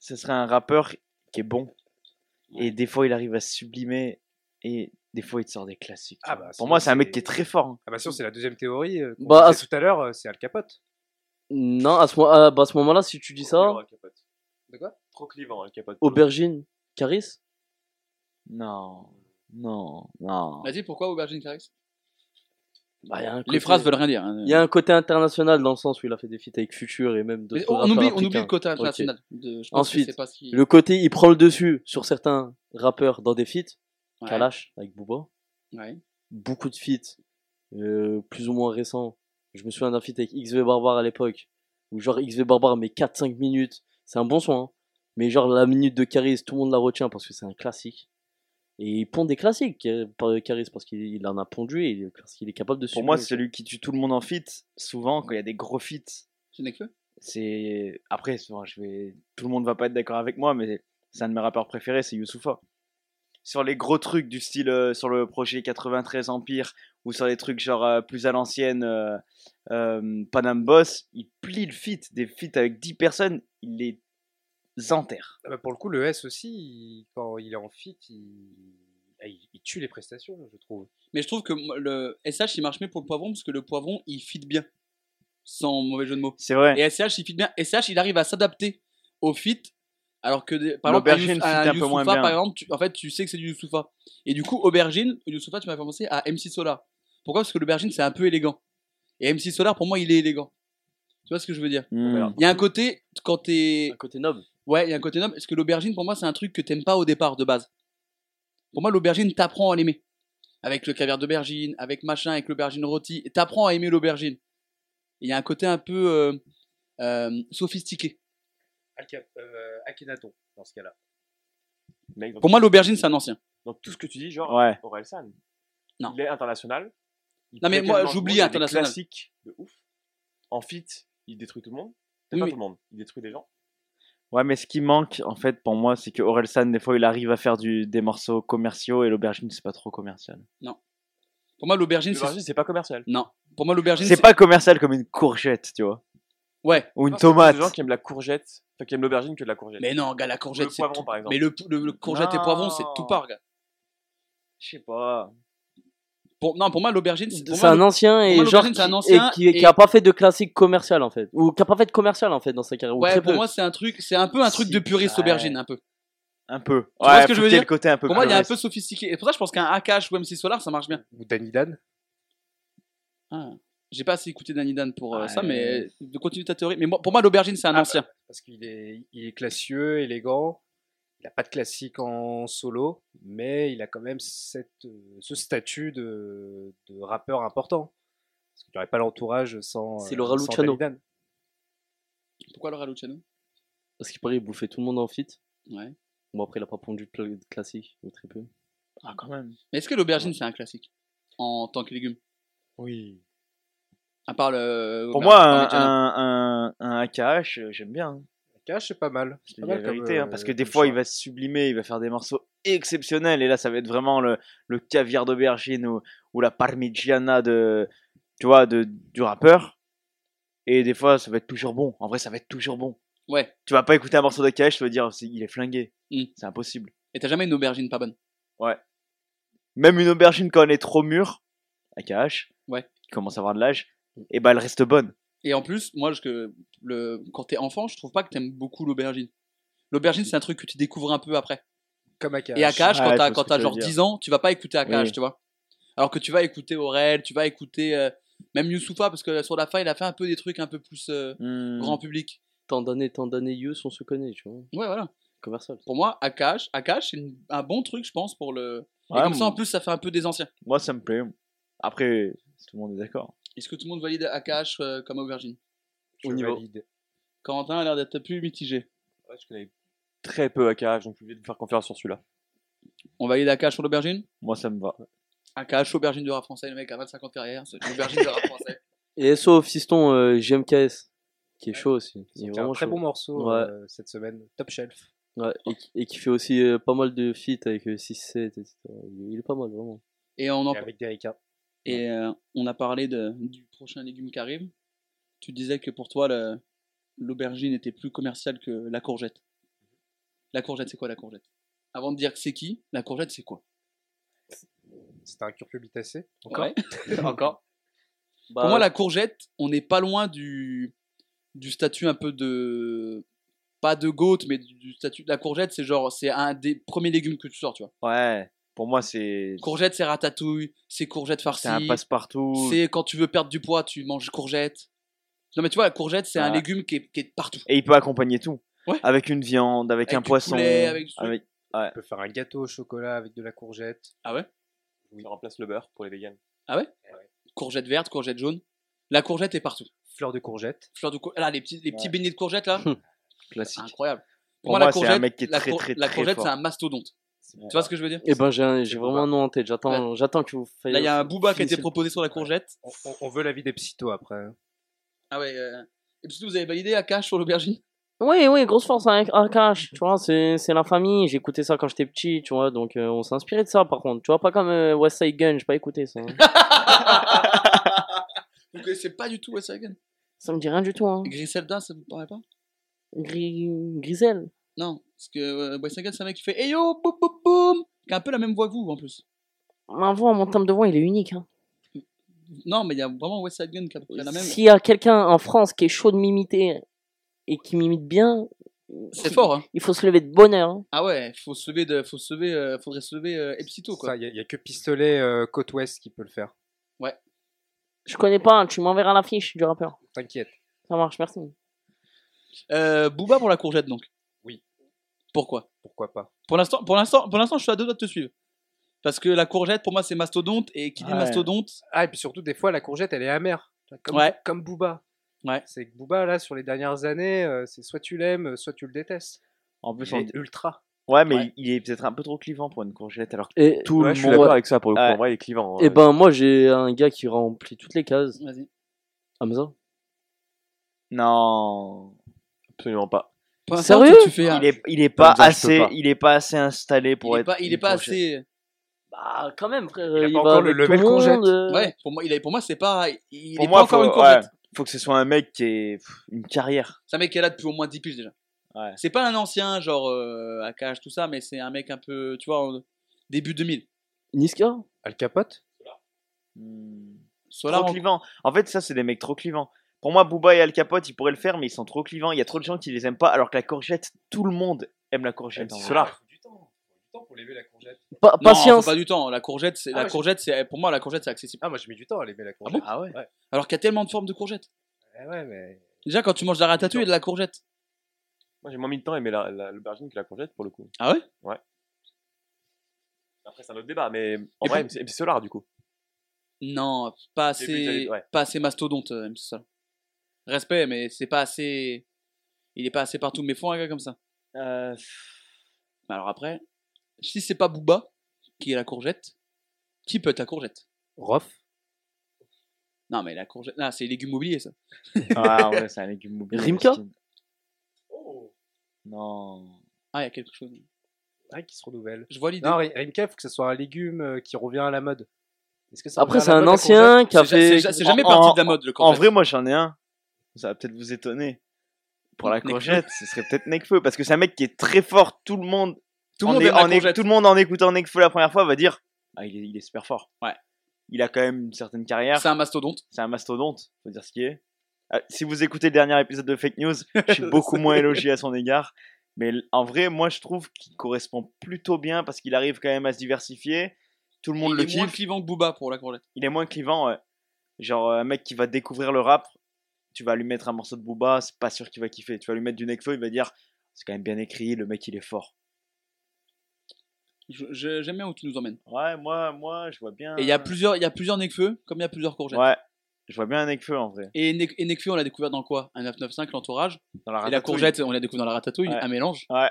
ce serait un rappeur qui est bon et des fois il arrive à se sublimer et des fois il te sort des classiques. tu Ah vois. bah, Pour sinon, moi, c'est un mec c'est- qui est très fort. hein. Ah, bah sûr, c'est la deuxième théorie. euh, qu'on Mm. Bah, disait tout à l'heure, euh, c'est Al Capote. Non, à ce, mo- ah, bah, à ce moment-là, si tu dis Trop ça, clivant, Al Capote. De quoi Trop clivant, Al Capote. aubergine, caris, Non, non, Bah, non. Vas-y, pourquoi aubergine Clarisse bah, il y a un Les côté- phrases veulent rien dire. hein. Il y a un côté international dans le sens où il a fait des feats avec Future et même Mais d'autres. on, on rappeurs oublie, on africains. oublie le côté Ok. international. de- je pense que Ensuite, c'est pas ce qui- Le côté, il prend le dessus sur certains rappeurs dans des feats. Ouais. Kalash avec Booba. Ouais. beaucoup de feats euh, plus ou moins récents. Je me souviens d'un feat avec XV Barbare à l'époque, où genre XV Barbare met 4-5 minutes. C'est un bon son, hein. mais genre la minute de Caris, tout le monde la retient parce que c'est un classique. Et il pond des classiques, euh, par- Caris, parce qu'il il en a pondu et parce qu'il est capable de Pour suivre. moi, c'est celui qui tue tout le monde en fit. Souvent, quand il y a des gros feats, Ce n'est que. c'est après. souvent, je vais, tout le monde va pas être d'accord avec moi, mais c'est un de mes rappeurs préférés, c'est Youssoufa. Sur les gros trucs du style euh, sur le projet 93 Empire ou sur les trucs genre euh, plus à l'ancienne euh, euh, Panam Boss, il plie le fit, des feats avec 10 personnes, il les enterre. Ah bah, pour le coup, le S aussi, il- quand il est en fit, il... ah, il- il tue les prestations, je trouve. Mais je trouve que moi, le SH, il marche mieux pour le poivron parce que le poivron, il fit bien. Sans mauvais jeu de mots. C'est vrai. Et SH, il fit bien. SH, il arrive à s'adapter au fit. Alors que, des- par L'aubergine exemple, fit un peu moins Youssoupha, bien. par exemple, tu, en fait, tu sais que c'est du Youssoufa. Et du coup, aubergine, Youssoufa, tu m'as fait penser à MC Solar. Pourquoi Parce que l'aubergine, c'est un peu élégant. Et MC Solar, pour moi, il est élégant. Tu vois ce que je veux dire Mm. Hmm. Il y a un côté, quand t'es. un côté noble. Ouais, il y a un côté noble. Parce que l'aubergine, pour moi, c'est un truc que t'aimes pas au départ, de base. Pour moi, l'aubergine, t'apprends à l'aimer. Avec le caviar d'aubergine, avec machin, avec l'aubergine rôtie. T'apprends à aimer l'aubergine. Il y a un côté un peu euh, euh, sophistiqué. Al Cap- euh, Akhenaton, dans ce cas-là. Mec, dans, Pour moi, l'aubergine, c'est un ancien. dans tout ce que tu dis, genre, Ouais. Aurel San. Non. Il est international. Il Non, mais plaît moi, tellement tout le j'oublie monde, il a des international. classiques de ouf. En fit, il détruit tout le monde. Peut-être Oui, pas mais- tout le monde, il détruit des gens. Ouais, mais ce qui manque, en fait, pour moi, c'est que Orelsan, des fois, il arrive à faire du, des morceaux commerciaux et l'aubergine, c'est pas trop commercial. Pour moi, l'aubergine, c'est. L'aubergine, c'est pas commercial. Non. Pour moi, l'aubergine, C'est pas commercial comme une courgette, tu vois. Ouais. Ou une Je pense qu'il y a tomate. plus de gens qui aiment la courgette, enfin qui aiment l'aubergine que de la courgette. Mais non, gars, la courgette, Le c'est. poivron, tout. par exemple. Mais le, le- le courgette et Non. poivron, c'est tout part, gars. Je sais pas. Pour... Non, pour moi, l'aubergine, c'est. pour C'est moi, un ancien et moi, genre l'aubergine, qui, c'est un ancien et qui, et- qui a pas fait de classique commercial en fait, ou qui a pas fait de commercial en fait dans sa carrière. ou Ouais, très pour peu. moi, c'est un truc, c'est un peu un truc Si, de puriste ouais. aubergine, un peu. Un peu. Tu vois Ouais, ce que je veux plutôt dire le côté un peu Pour moi, il y a un coloriste. peu sophistiqué. Et pour ça, je pense qu'un Akash ou MC Solar, ça marche bien. Ou Danny Dan. Ah. J'ai pas assez écouté Danny Dan pour euh, Ouais. ça, mais euh, de continue ta théorie. Mais moi- pour moi, l'aubergine, Ah, c'est un ancien. euh, Parce qu'il est, il est classieux, élégant. Il n'a pas de classique en solo, mais il a quand même cette, euh, ce statut de, de rappeur important. Parce qu'il n'aurait pas l'entourage sans. C'est euh, Laura sans Luciano. Danny Dan. Pourquoi Laura Luciano Parce qu'il paraît qu'il bouffait tout le monde en fit. Ouais. Bon, après, il a pas pondu de pla- de classique, ou très peu. Ah, quand même. Mais est-ce que l'aubergine, c'est un classique en tant que légume Oui. À part le. euh, Pour Aubergine- moi, un, Parmigiano. un, un, un AKH, euh, j'aime bien. hein. Akash, c'est pas mal. Je C'est te pas dis la mal comme, vérité, hein, euh, parce que des comme fois, choix. il va se sublimer, il va faire des morceaux exceptionnels, et là, ça va être vraiment le, le caviar d'aubergine ou, ou la parmigiana de, tu vois, de, du rappeur. Et des fois, ça va être toujours bon. En vrai, ça va être toujours bon. Ouais. Tu vas pas écouter un morceau d'AKH, tu vas dire, c'est- il est flingué. Mm. C'est impossible. Et t'as jamais une aubergine pas bonne Même une aubergine, quand elle est trop mûre, AKH, Ouais. qui commence à avoir de l'âge, et bah, elle reste bonne. Et en plus, moi, je- que le... quand t'es enfant, je trouve pas que t'aimes beaucoup l'aubergine. L'aubergine, c'est un truc que tu découvres un peu après. Comme Akash. Et Akash, Ouais, quand je vois t'as ce quand que t'as tu veux genre dire. 10 ans, tu vas pas écouter Akash, Oui. tu vois. Alors que tu vas écouter Aurel, tu vas écouter euh, même Youssoufa, parce que sur la fin, il a fait un peu des trucs un peu plus euh, Mm. grand public. Tant d'années, tant d'années, yeux, on se connaît, tu vois. Ouais, voilà. Commercial. Pour moi, Akash, Akash, c'est une- un bon truc, je pense, pour le. Et Ouais, comme ça, en moi- plus, ça fait un peu des anciens. Moi, ça me plaît. Après, tout le monde est d'accord. Est-ce que tout le monde valide Akash euh, comme aubergine Je au niveau. valide. Corentin a l'air d'être plus mitigé. Ouais, je connais très peu AKH, donc je vais vous faire confiance sur celui-là. On valide Akash sur l'aubergine Moi, ça me va. Akash, aubergine du rap français, le mec à 25 ans de carrière, c'est l'aubergine du rap français. Et SO, fiston, euh, GMKS, qui est chaud aussi. Il est C'est vraiment un très chaud. bon morceau Ouais. euh, cette semaine. Top shelf. Ouais, et, qui- et qui fait aussi euh, pas mal de feats avec euh, 6-7, etc. Il, il est pas mal, vraiment. Et on, en... Et avec Derricka. et, euh, on a parlé de- du prochain légume qui arrive. Tu disais que pour toi, le- l'aubergine était plus commerciale que la courgette. La courgette, c'est quoi la courgette Avant de dire que c'est qui, la courgette, c'est quoi C'était un curcubitacé. Ouais. Encore Bah Bah, Pour moi, la courgette, on n'est pas loin du, du statut un peu de. Pas de goat, mais du, du statut. La courgette, c'est genre, c'est un des premiers légumes que tu sors, tu vois. Ouais, pour moi, c'est. Courgette, c'est ratatouille, c'est courgette farcie. C'est un passe-partout. C'est quand tu veux perdre du poids, tu manges courgette. Non, mais tu vois, la courgette, c'est un Ouais. légume qui est, qui est partout. Et il peut accompagner tout. Ouais. Avec une viande, avec, Avec un du poisson. poulet, avec du truc. avec- On peut faire un gâteau au chocolat avec de la courgette. Il remplace le beurre pour les vegans. Courgette verte, courgette jaune. La courgette est partout. Fleur de courgette. Fleur de cour- Là, les petits, les petits Ouais. beignets de courgette, là. c'est Classique. incroyable. Pour moi, Ah, la c'est un courgette, mec qui est la très, cour- très, La très courgette, fort. c'est un mastodonte. Tu vois ce que je veux dire Eh ben, j'ai un- j'ai c'est vraiment un nom en tête. J'attends j'attends que vous fassiez. Là, il y a un booba qui a été finissez- proposé sur la courgette. On, on- on veut la vie des psytos après. hein. Ah ouais. euh, Et puis vous avez validé à cash sur l'aubergine Oui, oui, grosse force hein, avec Akash, tu vois, c'est c'est la famille, j'ai écouté ça quand j'étais petit, tu vois, donc euh, on s'est inspiré de ça par contre, tu vois, pas comme euh, West Side Gun, j'ai pas écouté ça. hein. Vous connaissez pas du tout Wes Hagen ça me dit rien du tout, hein. Griselda, ça vous paraît pas Gris... Grisel. Non, parce que euh, Wes Hagen, c'est un mec qui fait Hey yo, boum boum boum Qui a un peu la même voix que vous en plus. Ma voix, mon timbre de voix, il est unique. Hein. Non, mais il y a vraiment Wes Hagen qui a à peu près la même. S'il y a quelqu'un en France qui est chaud de m'imiter et qui m'imite bien, C'est qui- fort, hein Il faut se lever de bonne heure. hein. Ah ouais, faut se lever de, faut se lever, euh, faudrait se lever euh, Epsito quoi. Ça, il n'y a, que Pistolet euh, Côte Ouest qui peut le faire. Je connais pas, hein, tu m'enverras la fiche du rappeur. T'inquiète. Ça marche, merci. Euh, Booba pour la courgette donc. Oui. Pourquoi Pourquoi pas Pour l'instant, pour l'instant, pour l'instant, je suis à deux doigts de te suivre. Parce que la courgette, pour moi, c'est mastodonte et qui dit Ouais. mastodonte, Ah, et puis surtout, des fois, la courgette, elle est amère. Comme, Ouais. comme Booba. Ouais. C'est que Booba, là, sur les dernières années, euh, c'est soit tu l'aimes, soit tu le détestes. En plus, Il on- est ultra. ouais, mais Ouais. il est peut-être un peu trop clivant pour une courgette. Alors que Et, tout Ouais, le je suis monde. d'accord avec ça pour le coup. Ouais. Eh En vrai, hein, il est clivant. et ouais. ben, moi, j'ai un gars qui remplit toutes les cases. Vas-y. Hamza. Non. Absolument pas. Pour l'instant, Sérieux tu, tu fais un- Il est, il est pas Hamza, je peux assez, pas. il est pas assez installé pour il est être. pas, il est une pas courgette. assez. Bah, quand même, frère. a Il, va pas encore le avec level tout le courgette. monde, euh, Ouais, pour moi, il est, pour moi c'est pas. Il Pour est moi, pas encore faut, une courgette. ouais, faut que ce soit un mec qui ait pff, une carrière. C'est un mec qui est là depuis au moins 10 piges déjà. Ouais. C'est pas un ancien, genre euh, Akash, tout ça, mais c'est un mec un peu, tu vois, en- début 2000. Niska Al Capote Hmm. Solar, trop en- clivant. En fait, ça, c'est des mecs trop clivants. Pour moi, Booba et Al Capote, ils pourraient le faire, mais ils sont trop clivants. Il y a trop de gens qui les aiment pas, alors que la courgette, tout le monde aime la courgette. MC en vrai. Solar. pour lever la courgette Pa- Non, patience. faut pas du temps. La courgette, c'est Ah, la moi, je- courgette, c'est pour moi la courgette c'est accessible. Ah, moi j'ai mis du temps à lever la courgette. Ah ouais Alors qu'il y a tellement de formes de courgettes. Eh ouais, mais. Déjà quand tu manges de la ratatouille, il y a de la courgette. Moi, j'ai moins mis le temps à aimer la- la- l'aubergine que la courgette pour le coup. Ah ouais Après, c'est un autre débat, mais en Et vrai, puis- c'est c'est l'art du coup. Non, pas J'ai vu, j'ai assez, vu, ouais. pas assez mastodonte, euh, MC Solar. Respect, mais c'est pas assez. Il est pas assez partout. Mais faut un gars comme ça. Euh, Mais alors après, si c'est pas Booba qui est la courgette, qui peut être la courgette Rof Non, mais la courgette, non, c'est légumes oubliés ça. ah ouais, c'est un légume mobile. Rimka Christine. Non. Ah, il y a quelque chose. Ouais, Ah, qui se renouvelle. Je vois l'idée. Non, Ri- Rimka, faut que ce soit un légume euh, qui revient à la mode. Est-ce que ça Après, revient c'est à la un mode, la courgette ancien qui a C'est ja- fait. c'est ja- c'est jamais en- parti de la mode le En courgette. vrai, moi j'en ai un. Ça va peut-être vous étonner. Pour la Nekfeu. courgette, ce serait peut-être Nekfeu. Parce que c'est un mec qui est très fort. Tout le monde, tout le monde en, é- aime la en é- courgette. tout le monde en écoutant Nekfeu la première fois va dire Ah, il est, il est super fort. Ouais. Il a quand même une certaine carrière. C'est un mastodonte. C'est un mastodonte, faut dire ce qui est. Ah, si vous écoutez le dernier épisode de Fake News, je suis beaucoup moins élogé à son égard. Mais l- en vrai, moi je trouve qu'il correspond plutôt bien parce qu'il arrive quand même à se diversifier. Tout le monde il le est moins kiffe. clivant que Booba pour la courgette. il est moins clivant. ouais. Genre, euh, un mec qui va découvrir le rap, tu vas lui mettre un morceau de Booba, c'est pas sûr qu'il va kiffer. Tu vas lui mettre du Nekfeu, il va dire c'est quand même bien écrit, le mec il est fort. Je- je- J'aime bien où tu nous emmènes. Ouais, moi, moi, je vois bien. Et il y a plusieurs, il y a plusieurs Nekfeu, comme il y a plusieurs courgettes. Ah. Ouais, je vois bien un Nekfeu en vrai. Et, Nek- et Nekfeu, on l'a découvert dans quoi Un 995, l'entourage. Dans la Et la ratatouille. courgette, on l'a découvert dans la ratatouille, Ouais. un mélange. Ouais.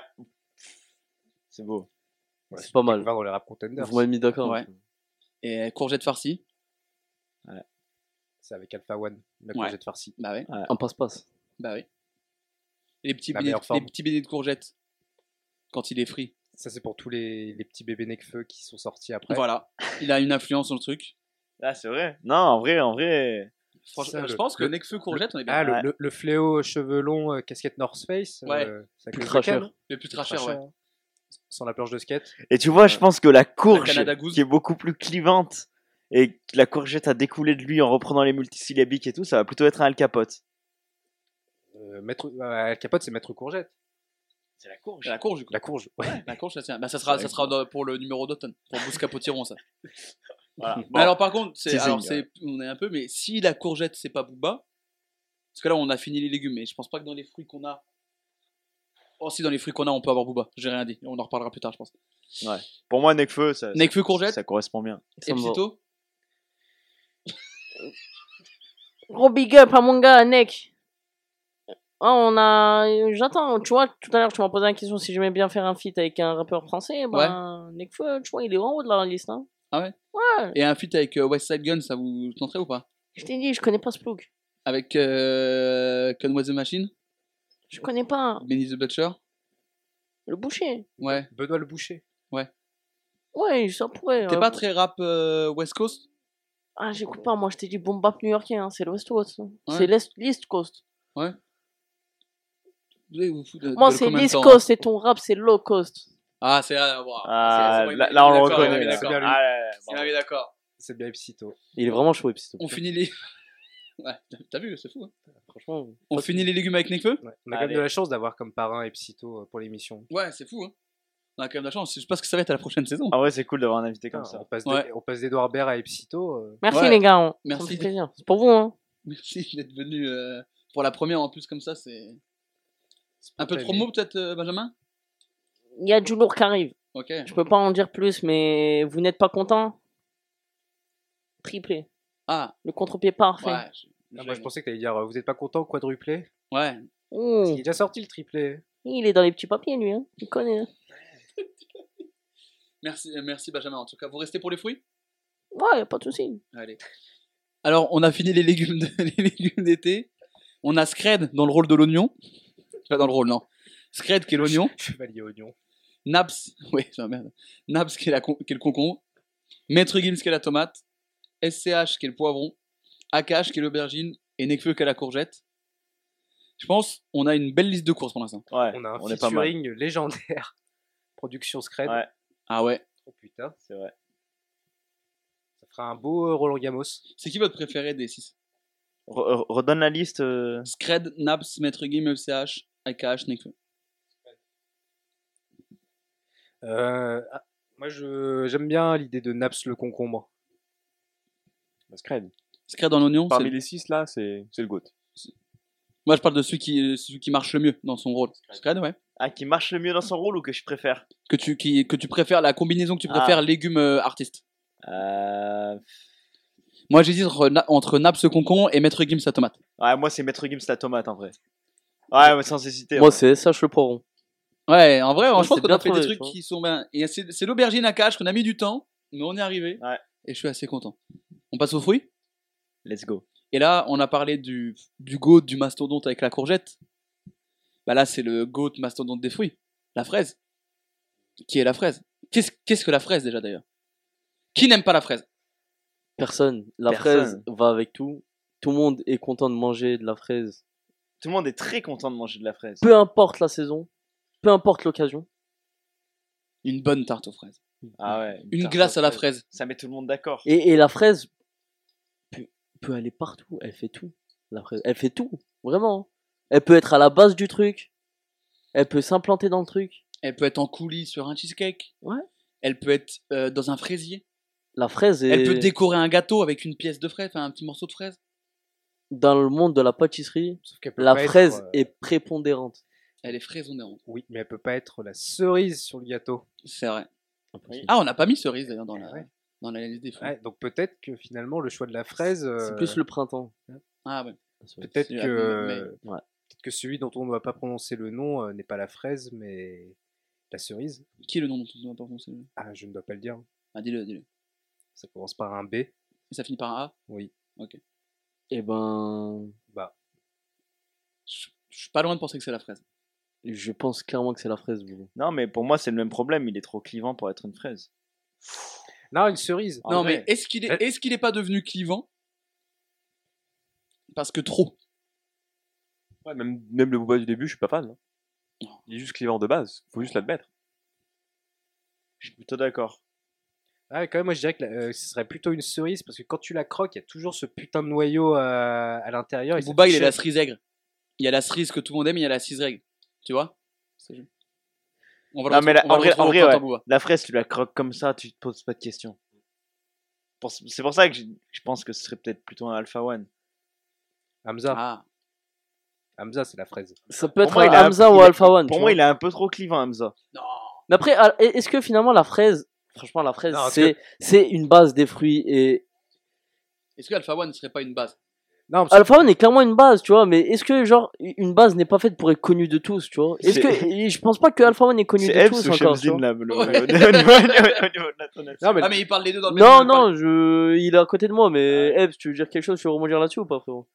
C'est beau. Ouais, C'est pas mal. découvert dans les rap contenders. Vous m'avez mis d'accord. Ouais. Et courgette farcie. C'est avec Alpha One, la Ouais. courgette farcie. Bah ouais, Un passe-passe. bah oui. Et les petits La beignets, meilleure les forme. petits beignets de courgettes quand il est frit. Ça, c'est pour tous les, les petits bébés Nekfeu qui sont sortis après. Voilà, il a une influence sur le truc. Ah, c'est vrai. Non, en vrai, en vrai. Franchement, Ça, je le- pense que le- Nekfeu courgette, on est bien. Ah, le, Ouais. le- le fléau, cheveux longs, euh, casquette North Face. Ouais. euh, c'est à Plus cause de trasheur. Ken. le plus Plus tracher, ouais. trasheur, hein. Sans la planche de skate. Et tu vois, je pense que la courge, Canada Goose. qui est beaucoup plus clivante, et que la courgette a découlé de lui en reprenant les multisyllabiques et tout, ça va plutôt être un Al Capote. Euh, maître, euh, Al Capote, c'est Maître Courgette. C'est la courge. La courge, du coup. La courge. Ouais. La courge, ça tient. Bah, ça sera, ça sera dans- pour le numéro d'automne, pour Bouscapotiron, ça. Voilà. Mais alors, par contre, c'est, Teasing, alors, c'est, on est un peu, mais si la courgette, c'est pas Booba, parce que là, on a fini les légumes, mais je pense pas que dans les fruits qu'on a. Oh, si, dans les fruits qu'on a, on peut avoir Booba. J'ai rien dit. On en reparlera plus tard, je pense. Pour moi, Nekfeu, Euh, ça, Nekfeu ça, courgette, ça correspond bien. Ça et me va. Psito. Gros big up à mon gars, Nick. Ah, on a. J'attends, tu vois, tout à l'heure, tu m'as posé la question si j'aimais bien faire un feat avec un rappeur français. Ben, Nekfeu, tu vois, il est en haut de la liste. Hein. Et un feat avec euh, West Side Gun, ça vous tenterait ou pas Je t'ai dit, je connais pas ce plouc. Avec euh, Conway the Machine, Je connais pas Benny the Butcher. le boucher. Ouais. Benoît le Boucher. Ouais, ça pourrait. T'es euh, pas très rap euh, West Coast Ah, euh, j'écoute pas, moi, je t'ai dit boom bap new-yorkais, hein, c'est l'West Coast. hein. Ouais. C'est l'Est l'East Coast. Vous allez vous foutre de- Moi, de c'est combien de l'East temps, hein Coast et ton rap, c'est low cost. Ah, c'est ah, wow. Ah, C'est- c'est- là, c'est- là, on le d'accord, reconnaît. est là. d'accord. bien lui. Ah, là, là, là, On bravo. est d'accord. C'est bien Epsito. Il est vraiment chaud, Epsito. On finit les. Ouais, t'as- t'as vu, c'est fou. hein. Franchement, On finit les légumes avec Nekfeu Ouais. On a quand même Allez. de la chance d'avoir comme parrain Epsito euh, pour l'émission. Ouais, c'est fou. Hein. On a quand même de la chance. Je sais pas ce que ça va être à la prochaine saison. En vrai, c'est cool d'avoir un invité comme Ah, Putain, ça. On passe Ouais. d'E- on passe d'Edouard Baird à Epsito. euh, Merci, Ouais. les gars. hein. Merci. Ça me fait plaisir. C'est pour vous, hein. Merci d'être venu euh, pour la première en plus comme ça. C'est un peu de promo peut-être, euh, Benjamin Il y a du lourd qui arrive. Ok. Je peux pas en dire plus, mais vous n'êtes pas content Triplé. Ah, Le contre-pied parfait. ouais. bah, je- Ah, moi, je pensais que t'allais dire, euh, vous êtes pas content, quadruplé Ouais. Ouh, Parce qu'il est déjà sorti le triplé. Oh, il est dans les petits papiers, lui. Hein. Il connaît. hein. Merci, euh, merci Benjamin. En tout cas, vous restez pour les fruits Ouais, y a pas de souci. Allez. Alors, on a fini les légumes de- les légumes d'été. On a Scred dans le rôle de l'oignon. Pas dans le rôle, non. Scred qui est l'oignon. Chevalier Oignon. Naps, oui, c'est la merde. Naps qui est, la con- qui est le concombre. Maître Gims qui est la tomate. SCH qui est le poivron. Akash qui est l'aubergine. Et Nekfeu qui est la courgette. Je pense on a une belle liste de courses pour l'instant. Ouais, On a un on est pas mal. featuring légendaire. Production Scred. Ouais. Ah ouais. Oh putain, C'est vrai. ça fera un beau euh, Roland Gamos. C'est qui votre préféré des 6 Re- re- redonne la liste. euh. Scred, Naps, Maître Gims, SCH, Akash, Nekfeu. Euh, ah, Moi, je- j'aime bien l'idée de Naps le concombre. Bah, Scred. Secret dans l'oignon, Parmi c'est- les 6 là, c'est c'est le GOAT. moi je parle de celui qui, celui qui marche le mieux dans son rôle. Secret, ouais. Ah, qui marche le mieux dans son rôle ou que je préfère Que tu, qui, que tu préfères, la combinaison que tu Ah. préfères, légumes euh, artistes. Euh, Moi j'hésite entre, Na- entre Naps concon et Maître Gims sa tomate. Ouais, moi, c'est Maître Gims la tomate en vrai. Ouais, ouais, sans hésiter. hein. Moi, ouais. c'est SH le poiron. Ouais, en vrai, Ouais, je pense c'est qu'on bien a fait des trouvé, trucs tu vois. qui sont bien. Et c'est c'est l'aubergine à cache qu'on a mis du temps, mais on est arrivé. Ouais. Et je suis assez content. On passe aux fruits. Let's go. Et là, on a parlé du, du goat, du mastodonte avec la courgette. Bah là, c'est le goat mastodonte des fruits. La fraise. Qui est la fraise Qu'est-ce qu'est-ce que la fraise déjà d'ailleurs Qui n'aime pas la fraise Personne. La Personne. fraise va avec tout. Tout le monde est content de manger de la fraise. Tout le monde est très content de manger de la fraise. Peu importe la saison, peu importe l'occasion. Une bonne tarte aux fraises. Ah ouais. Une tarte glace aux à la fraises. fraise. Ça met tout le monde d'accord. Et, et la fraise peut, peut aller partout. Elle fait tout. La fraise, elle fait tout. Vraiment. hein. Elle peut être à la base du truc. Elle peut s'implanter dans le truc. Elle peut être en coulis sur un cheesecake. Ouais. Elle peut être euh, dans un fraisier. La fraise est Elle peut décorer un gâteau avec une pièce de fraise, enfin un petit morceau de fraise. dans le monde de la pâtisserie. Sauf qu'elle peut La pas être, fraise euh, est prépondérante. Elle est fraisonnante. Oui, mais elle peut pas être la cerise sur le gâteau. C'est vrai. Ah, on n'a pas mis cerise d'ailleurs dans la, dans la liste des fruits. Ouais, donc peut-être que finalement le choix de la fraise, C'est euh, plus le printemps. Ah ouais. peut-être c'est que la- Ah, mais- peut-être Ouais. que celui dont on ne va pas prononcer le nom euh, n'est pas la fraise, mais la cerise. Qui est le nom dont on n'a pas prononcé le- Ah, je ne dois pas le dire. Ah, dis-le, dis-le. Ça commence par un B. Et ça finit par un A. Oui. Et ben, Bah, Je je suis pas loin de penser que c'est la fraise. je pense clairement que c'est la fraise. Boubou. Non, mais pour moi, c'est le même problème. Il est trop clivant pour être une fraise. non, une cerise. En non, vrai. mais est-ce qu'il est, Elle- est-ce qu'il est pas devenu clivant Parce que trop. Ouais, même, même le Booba du début, je suis pas fan. hein. Il est juste clivant de base, faut juste l'admettre. Je suis plutôt d'accord. Ah, quand même, moi je dirais que la- euh, ce serait plutôt une cerise parce que quand tu la croques, il y a toujours ce putain de noyau à, à l'intérieur. et ça Booba, te il est la choque. cerise aigre. Il y a la cerise que tout le monde aime, il y a la cerise aigre. Tu vois C'est- On va le Non, mais retrouver- la- on va en le vrai- en retrouver au vrai, printemps, ouais. Booba. La fraise, tu la croques comme ça, tu te poses pas de questions. Pour- C'est pour ça que je, je pense que ce serait peut-être plutôt un Alpha One. Hamza, Ah. Hamza, c'est la fraise. Ça peut Pour être moi, il a un- Hamza il ou a- Alpha One. Pour tu moi, vois. il est un peu trop clivant, Hamza. Mais après, al- est- est-ce que finalement la fraise, franchement, la fraise, Non, parce c'est c'est une base des fruits et Est-ce que Alpha One ne serait pas une base Ah, Non, parce que- Alpha One est clairement une base, tu vois. Mais est-ce que genre une base n'est pas faite pour être connue de tous, tu vois Est-ce C'est- que et je pense pas que Alpha One est connu C'est de Ebs tous ou encore. tu Shamsin, vois. là, le- Ouais. au niveau au niveau de la tonalité. non, mais Ah, mais ils parlent les deux dans le même Non, ils parlent- non, je... il est à côté de moi, mais Ebs, tu veux dire quelque chose Tu veux rebondir là-dessus ou pas, frérot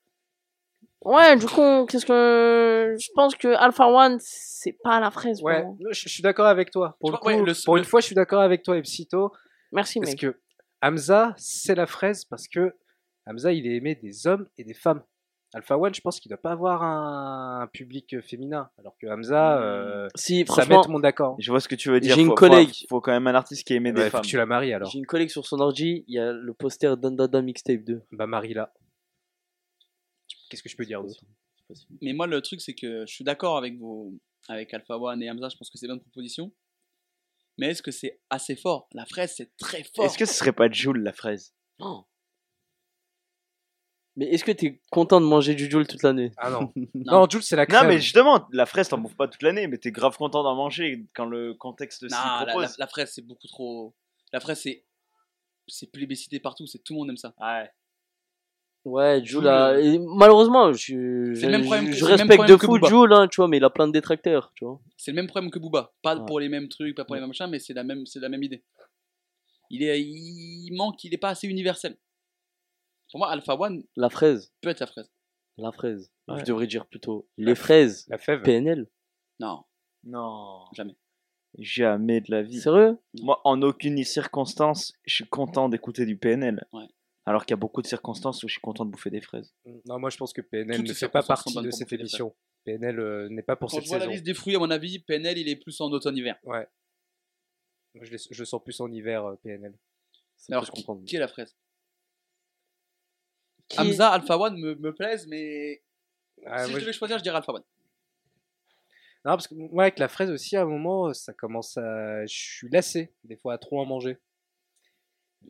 Ouais, du coup, qu'est-ce que. Je pense que Alpha One, c'est pas la fraise. Ouais, vraiment. je, je suis d'accord avec toi. Pour, Je le crois- coup, ouais, le- pour le- une fois, je suis d'accord avec toi, Epsito. Merci, Parce mec. que Hamza, c'est la fraise parce que Hamza, il est aimé des hommes et des femmes. Alpha One, je pense qu'il doit pas avoir un, un public euh, féminin. Alors que Hamza, euh, Si, ça met franchement, tout le monde d'accord. Je vois ce que tu veux dire. J'ai une faut- faut- collègue. Faut, quand même un artiste qui aimait Ouais, des faut femmes. que tu la maries alors. j'ai une collègue sur son ordi, il y a le poster d'Andada Mixtape 2. Bah, marie-la. Qu'est-ce que je peux dire d'autre Mais moi, le truc, c'est que je suis d'accord avec vos, avec Alpha One et Hamza. Je pense que c'est bonne proposition. Mais est-ce que c'est assez fort La fraise, c'est très fort. Est-ce que ce serait pas Joule, la fraise Mais est-ce que t'es content de manger du Joule toute l'année Ah non. Non. non, Jules, c'est la crème. Non, mais justement, la fraise, t'en bouffes pas toute l'année, mais t'es grave content d'en manger quand le contexte s'y Non, la, la- propose. la fraise, c'est beaucoup trop. La fraise, c'est c'est plébiscité partout. C'est tout le monde aime ça. Ouais. Ouais, Jul, Jul, a- et malheureusement, je, euh, C'est le même problème je, que- je c'est le même respecte problème de que fou Booba. Jul, hein, tu vois, mais il a plein de détracteurs, tu vois. C'est le même problème que Booba. Pas Ouais. pour les mêmes trucs, pas pour les mêmes machins, mais c'est la même, c'est la même idée. Il est, il manque, il est pas assez universel. Pour moi, Alpha One La fraise, peut être la fraise. la fraise. Ouais. Je devrais dire plutôt les fraises. La fève. PNL. Non, Non. Jamais. Jamais de la vie. Sérieux Moi, en aucune circonstance, je suis content d'écouter du PNL. Ouais. Alors qu'il y a beaucoup de circonstances où je suis content de bouffer des fraises. Non, moi, je pense que PNL Toutes ne les fait pas circonstances sont partie bonnes de pour cette bouffer des émission. PNL euh, n'est pas pour quand cette je vois la saison. liste des fruits, à mon avis, PNL, il est plus en automne-hiver. Moi, je, le- je le sens plus en hiver, euh, PNL. Mais Alors, je qui, comprends. qui est la fraise Qui- Hamza, Alpha One me, me plaisent, mais si Ah, moi, je je- devais choisir, je dirais Alpha One. Non, parce que moi, avec la fraise aussi, à un moment, ça commence à. Je suis lassé, des fois, à trop en manger.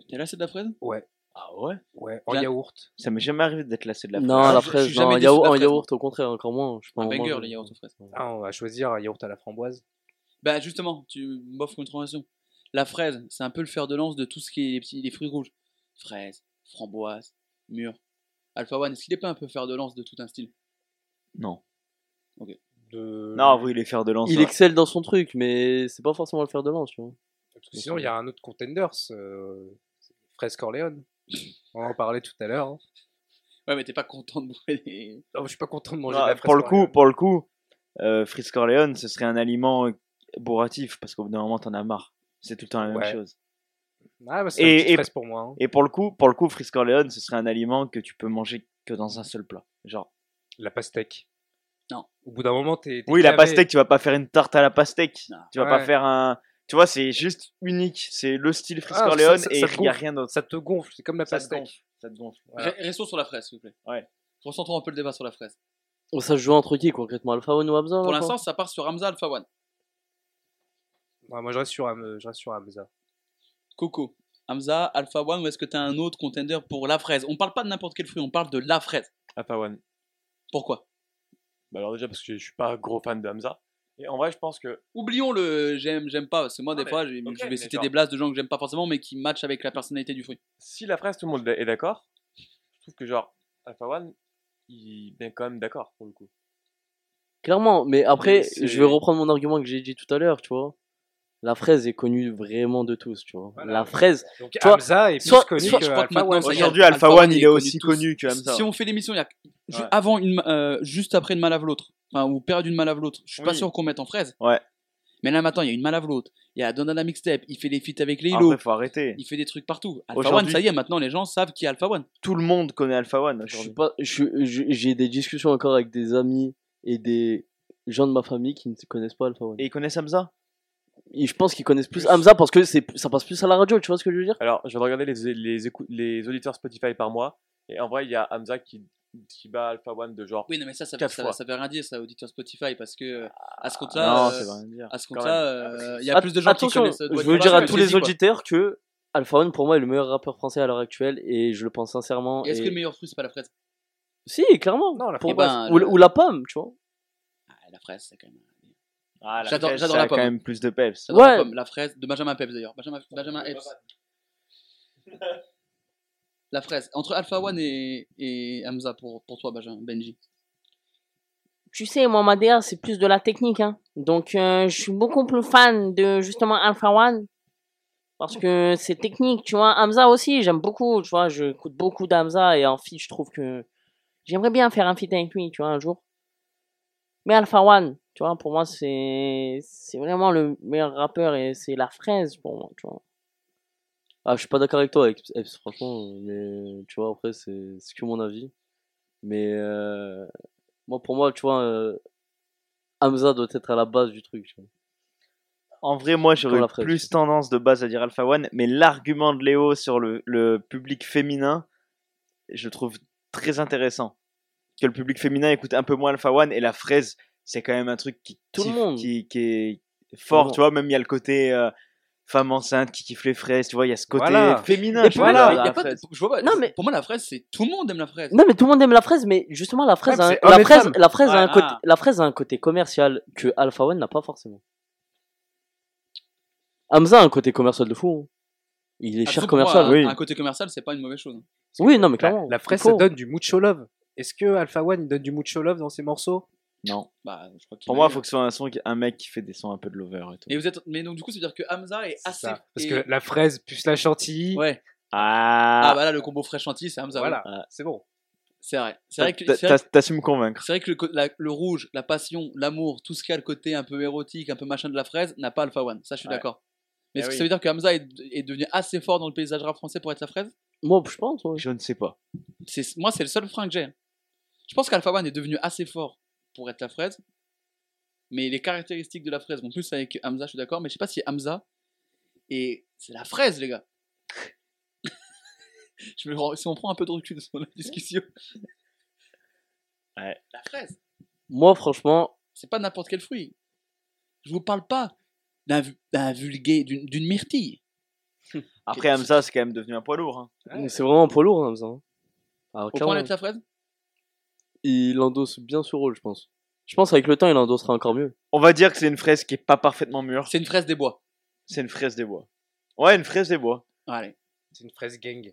T'es là, c'est de la fraise Ouais. Ah ouais Ouais, en La- yaourt. Ça m'est jamais arrivé d'être lassé de la Non, fraise. la Je- je fraise, suis non, jamais en déçu de la yaourt, en fraise, yaourt, au contraire, encore moins. Je peux Un en euh, banger, manger. les yaourts aux fraises. Ah, on va choisir un yaourt à la framboise. Bah justement, tu m'offres une transition. La fraise, c'est un peu le fer de lance de tout ce qui est les, petits, les fruits rouges. Fraise, framboise, mûre. Alpha One, est-ce qu'il est pas un peu fer de lance de tout un style Non. De... Non, oui, les fers de lance. Il ouais. excelle dans son truc, mais c'est pas forcément le fer de lance, tu vois. Parce que sinon, il y a un autre contenders, euh... c'est fraise Corleone. on en parlait tout à l'heure. hein. Ouais, mais t'es pas content de bouffer des... Non, je suis pas content de manger Non, de la fraise pour le coup, Corleone. pour le coup, euh, Fritz Corleone, ce serait un aliment bourratif parce qu'au bout d'un moment, t'en as marre. C'est tout le temps la même Ouais. chose. Ah, bah, c'est Et- une petite et- fraise pour moi. hein. Et pour le coup, pour le coup, Fritz Corleone, ce serait un aliment que tu peux manger que dans un seul plat. Genre, La pastèque. Non. Au bout d'un moment, t'es. t'es oui, la clavé. pastèque, tu vas pas faire une tarte à la pastèque. Non. Tu vas pas Ouais. faire un. Tu vois, c'est juste unique. C'est le style Fritz Ah, ça- Corleone ça- et ça te il y a gonfle. rien d'autre. Ça te gonfle, c'est comme la Ça te pastèque. gonfle. Ça te gonfle. Voilà. Re- Restons sur la fraise, s'il vous plaît. Ouais. Recentrons un peu le débat sur la fraise. Oh, Ça se joue entre qui concrètement Alpha One ou Hamza Pour là, l'instant, ça part sur Hamza Alpha One. Ouais, moi, je reste sur, Ham- je reste sur Hamza. Coco, Hamza, Alpha One, ou est-ce que t'as un autre contender pour la fraise On parle pas de n'importe quel fruit, on parle de la fraise. Alpha One. Pourquoi Bah alors déjà parce que je suis pas gros fan de Hamza. Et en vrai, je pense que Oublions le j'aime, j'aime pas, parce que moi, Non, des Ah, mais- fois, j'ai- ok, je vais mais citer genre- des blases de gens que j'aime pas forcément, mais qui matchent avec la personnalité du fruit. si la fraise, tout le monde est d'accord, je trouve que genre Alpha One, il est quand même d'accord pour le coup. Clairement, mais après, Mais c'est- je vais reprendre mon argument que j'ai dit tout à l'heure, tu vois. La fraise est connue vraiment de tous, tu vois. Voilà. La fraise, Donc Toi- Hamza est plus soit- connu soit- que je crois que Alpha maintenant, One. ça y est, Aujourd'hui, Alpha, Alpha One, il est aussi tous. connu que Hamza. Si on fait l'émission, il y a ju- Ouais. avant une, ma- euh, juste après une malave l'autre, enfin, ou période d'une malave l'autre, je suis pas Oui. sûr qu'on mette en fraise. Ouais. Mais là maintenant, il y a une malave l'autre, il y a Donada Mixtape, il fait les feats avec les Après, Hilo, Ah, faut arrêter. il fait des trucs partout. Alpha One, Aujourd'hui- ça y est, maintenant les gens savent qui est Alpha One. Tout le monde connaît Alpha One je suis aujourd'hui. pas, je suis- je- j'ai des discussions encore avec des amis et des gens de ma famille qui ne connaissent pas Alpha One. Et ils connaissent Hamza Et je pense qu'ils connaissent plus Hamza parce que c'est, ça passe plus à la radio, tu vois ce que je veux dire Alors, je viens de regarder les, les, écou- les auditeurs Spotify par mois. Et en vrai, il y a Hamza qui, qui bat Alpha One de genre. Oui, non, mais ça, ça, Quatre ça, fois. ça veut rien dire, ça, auditeur Spotify, parce que euh, à ce Non, compte-là, c'est euh, vrai à dire. à ce quand compte-là, euh, il y a plus de gens qui Attention, connaissent. euh, je Dwight veux Howard dire à que tous les Jay-Z, quoi. auditeurs que Alpha One pour moi est le meilleur rappeur français à l'heure actuelle et je le pense sincèrement. Et Est-ce et- que le meilleur fruit, c'est pas la fraise Si, clairement. Non, la Pour- Eh ben, ou, le- ou la pomme, tu vois. Ah, La fraise, c'est quand même. Ah, la J'adore- fraise, j'adore ça la a pomme. quand même plus de peps. Ça dans la Ouais. pomme, la fraise de Benjamin Peps d'ailleurs. Benjamin, Benjamin Epps. La fraise. Entre Alpha One et, et Hamza pour, pour toi, Benjamin, Benji. tu sais, moi, ma DA, c'est plus de la technique. Hein. Donc, euh, je suis beaucoup plus fan de, justement, Alpha One. Parce que c'est technique, tu vois. Hamza aussi, j'aime beaucoup, tu vois. J'écoute beaucoup d'Hamza et en fit, je trouve que j'aimerais bien faire un fit avec lui, tu vois, un jour. Mais Alpha One, tu vois, pour moi, c'est c'est vraiment le meilleur rappeur et c'est la fraise pour moi, tu vois. Ah, je suis pas d'accord avec toi, avec Eps, franchement, mais tu vois, après, c'est c'est que mon avis. Mais euh, moi, pour moi, tu vois, euh, Hamza doit être à la base du truc. tu vois. En vrai, moi, j'aurais Comme la fraise. plus tendance de base à dire Alpha One, mais l'argument de Léo sur le, le public féminin, je trouve très intéressant. Que le public féminin écoute un peu moins Alpha One et la fraise, c'est quand même un truc qui, Tout le tiffe- monde. qui, qui est fort, Vraiment. tu vois. Même il y a le côté euh, femme enceinte qui kiffe les fraises, tu vois. Il y a ce côté Voilà. féminin. Et tu puis vois, voilà, dans Mais la y a pas de- fraise. je vois pas- Non, mais- Pour moi, la fraise, c'est tout le monde aime la fraise. Non, mais tout le monde aime la fraise, mais justement, la fraise, Ouais, a, c'est un- homme la et fraise, femme. la, fraise a un Ouais, côté, ah. la fraise a un côté commercial que Alpha One n'a pas forcément. Hamza a un côté commercial de fou. hein. Il est Ah, cher pour moi, commercial. un- oui. Un côté commercial, c'est pas une mauvaise chose. hein. oui, non, mais La, clairement. la il fraise, faut. ça donne du mucho love. Est-ce que Alpha One il donne du mucho love dans ses morceaux Non. Bah, je crois qu'il Pour a moi, eu, il faut que ce soit un, son, un mec qui fait des sons un peu de lover et tout. Et vous êtes... Mais donc, du coup, ça veut dire que Hamza est C'est assez. ça. Parce et- que la fraise plus la chantilly, Ouais. Ah, Ah, bah là, le combo fraîche chantilly, c'est Hamza. voilà, Ouais. c'est bon. oui. C'est vrai. C'est vrai que. T'as- c'est vrai que- t'as- t'assumes convaincre. C'est vrai que le, co- la- le rouge, la passion, l'amour, tout ce qui a le côté un peu érotique, un peu machin de la fraise, n'a pas Alpha One. Ça, je suis Ouais. d'accord. Eh Mais est-ce que oui. ça veut dire que Hamza est, est devenu assez fort dans le paysage rap français pour être la fraise Moi, je pense. ouais. Je ne sais pas. C'est- Moi, c'est le seul frein que j'ai. Je pense qu'Alpha One est devenu assez fort pour être la fraise. Mais les caractéristiques de la fraise vont plus avec Hamza, je suis d'accord. Mais je sais pas si Hamza. Et c'est la fraise, les gars. je me rends- Si on prend un peu de recul sur la discussion. Ouais. La fraise. Moi, franchement, C'est pas n'importe quel fruit. Je vous parle pas d'un vu- d'un vulgaire, d'une d'une myrtille. Après, Hamza, c'est quand même devenu un poids lourd. hein. Ah, Mais C'est vraiment un poids lourd, hein, Hamza, hein. Alors, Au clairement, point d'être sa fraise il endosse bien ce rôle, je pense. Je pense avec le temps, il endossera encore mieux. On va dire que c'est une fraise qui est pas parfaitement mûre. C'est une fraise des bois. C'est une fraise des bois. Ouais, une fraise des bois. Allez, C'est une fraise gang.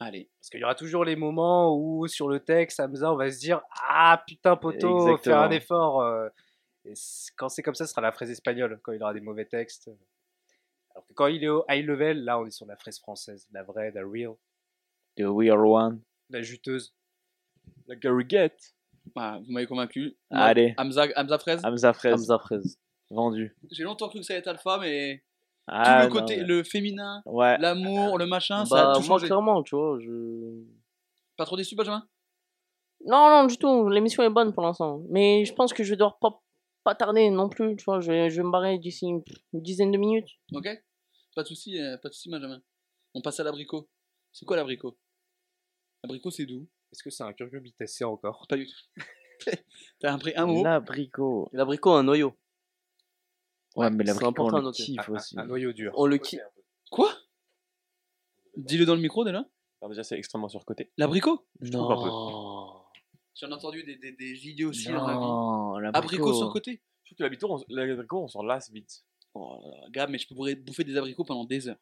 allez. Parce qu'il y aura toujours les moments où, sur le texte, Hamza, on va se dire Ah putain, poteau, faut faire un Exactement. effort. euh. Et c- quand c'est comme ça, ce sera la fraise espagnole, quand il aura des mauvais textes. Alors que quand il est au high level, là, on est sur la fraise française, la vraie, la real, The Weird One. la juteuse. La Garriguette. Voilà, Bah, vous m'avez convaincu. Allez. Ah. Hamza, Hamza fraise. Hamza fraise. Hamza Fraise. Vendu. J'ai longtemps cru que ça allait être alpha, mais Ah, tout le non, côté, mais- Ah. le féminin, Ouais. l'amour, le machin, ça bah, a tout moi, changé. clairement, tu vois, je... Pas trop déçu, Benjamin Non, non, du tout. L'émission est bonne pour l'instant. Mais je pense que je vais devoir pas, pas tarder non plus. Tu vois, je vais, je vais me barrer d'ici une une dizaine de minutes. Ok Pas de souci, euh, pas de souci, Benjamin. On passe à l'abricot. C'est quoi l'abricot L'abricot, c'est d'où Est-ce que c'est un curcubitacé encore Pas du tout. T'as appris un mot L'abricot. L'abricot a un noyau. Ouais, mais c'est l'abricot, important à on le noter. kiffe Un- un, aussi. Ah, un noyau dur. On le kiffe. Quoi Dis-le dans le micro déjà. Alors déjà, c'est extrêmement surcoté. L'abricot trouve un peu. Non. J'en ai entendu des, des, des idiots aussi dans la vie. Non, Abricot sur le côté. Je trouve que l'habitude, on- l'abricot, on s'en lasse vite. Oh là là, Gab, mais je pourrais bouffer des abricots pendant des heures.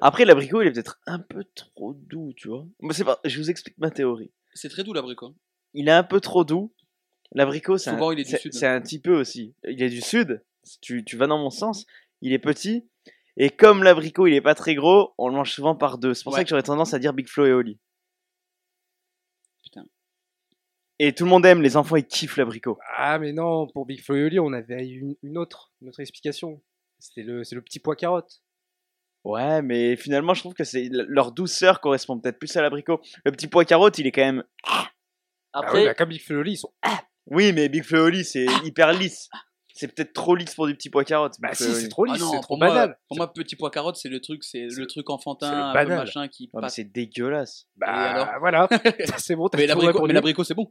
Après, l'abricot, il est peut-être un peu trop doux, tu vois. Mais c'est pas... Je vous explique ma théorie. C'est très doux l'abricot. Il est un peu trop doux. L'abricot, c'est Souvent, un... il est du c'est- sud. c'est un petit peu aussi. Il est du sud. Tu, tu vas dans mon sens. Il est petit. Et comme l'abricot, il est pas très gros, on le mange souvent par deux. C'est pour Ouais. ça que j'aurais tendance à dire Big Flo et Oli. Putain. Et tout le monde aime, les enfants, ils kiffent l'abricot. Ah, mais non, pour Big Flo et Oli, on avait une, une autre, une autre explication. C'était le, c'est le petit pois carotte. Ouais, mais finalement, je trouve que c'est leur douceur correspond peut-être plus à l'abricot. Le petit pois carotte, il est quand même. Ah Après, oui, bah, comme Big Flo et Oli, ils sont. Oui, mais Big Flo et Oli, c'est Ah. hyper lisse. C'est peut-être trop lisse pour du petit pois carotte. Bah Big si, Flo et c'est Oli. trop Ah lisse, non, c'est pour trop moi- banal. Pour moi, petit pois carotte, c'est le truc, c'est C'est le le- truc c'est le enfantin, un peu banal. machin qui Ouais, mais passe. c'est dégueulasse. Et alors Bah voilà, c'est bon, t'as Mais tout l'abricot, répondu. mais l'abricot, c'est bon.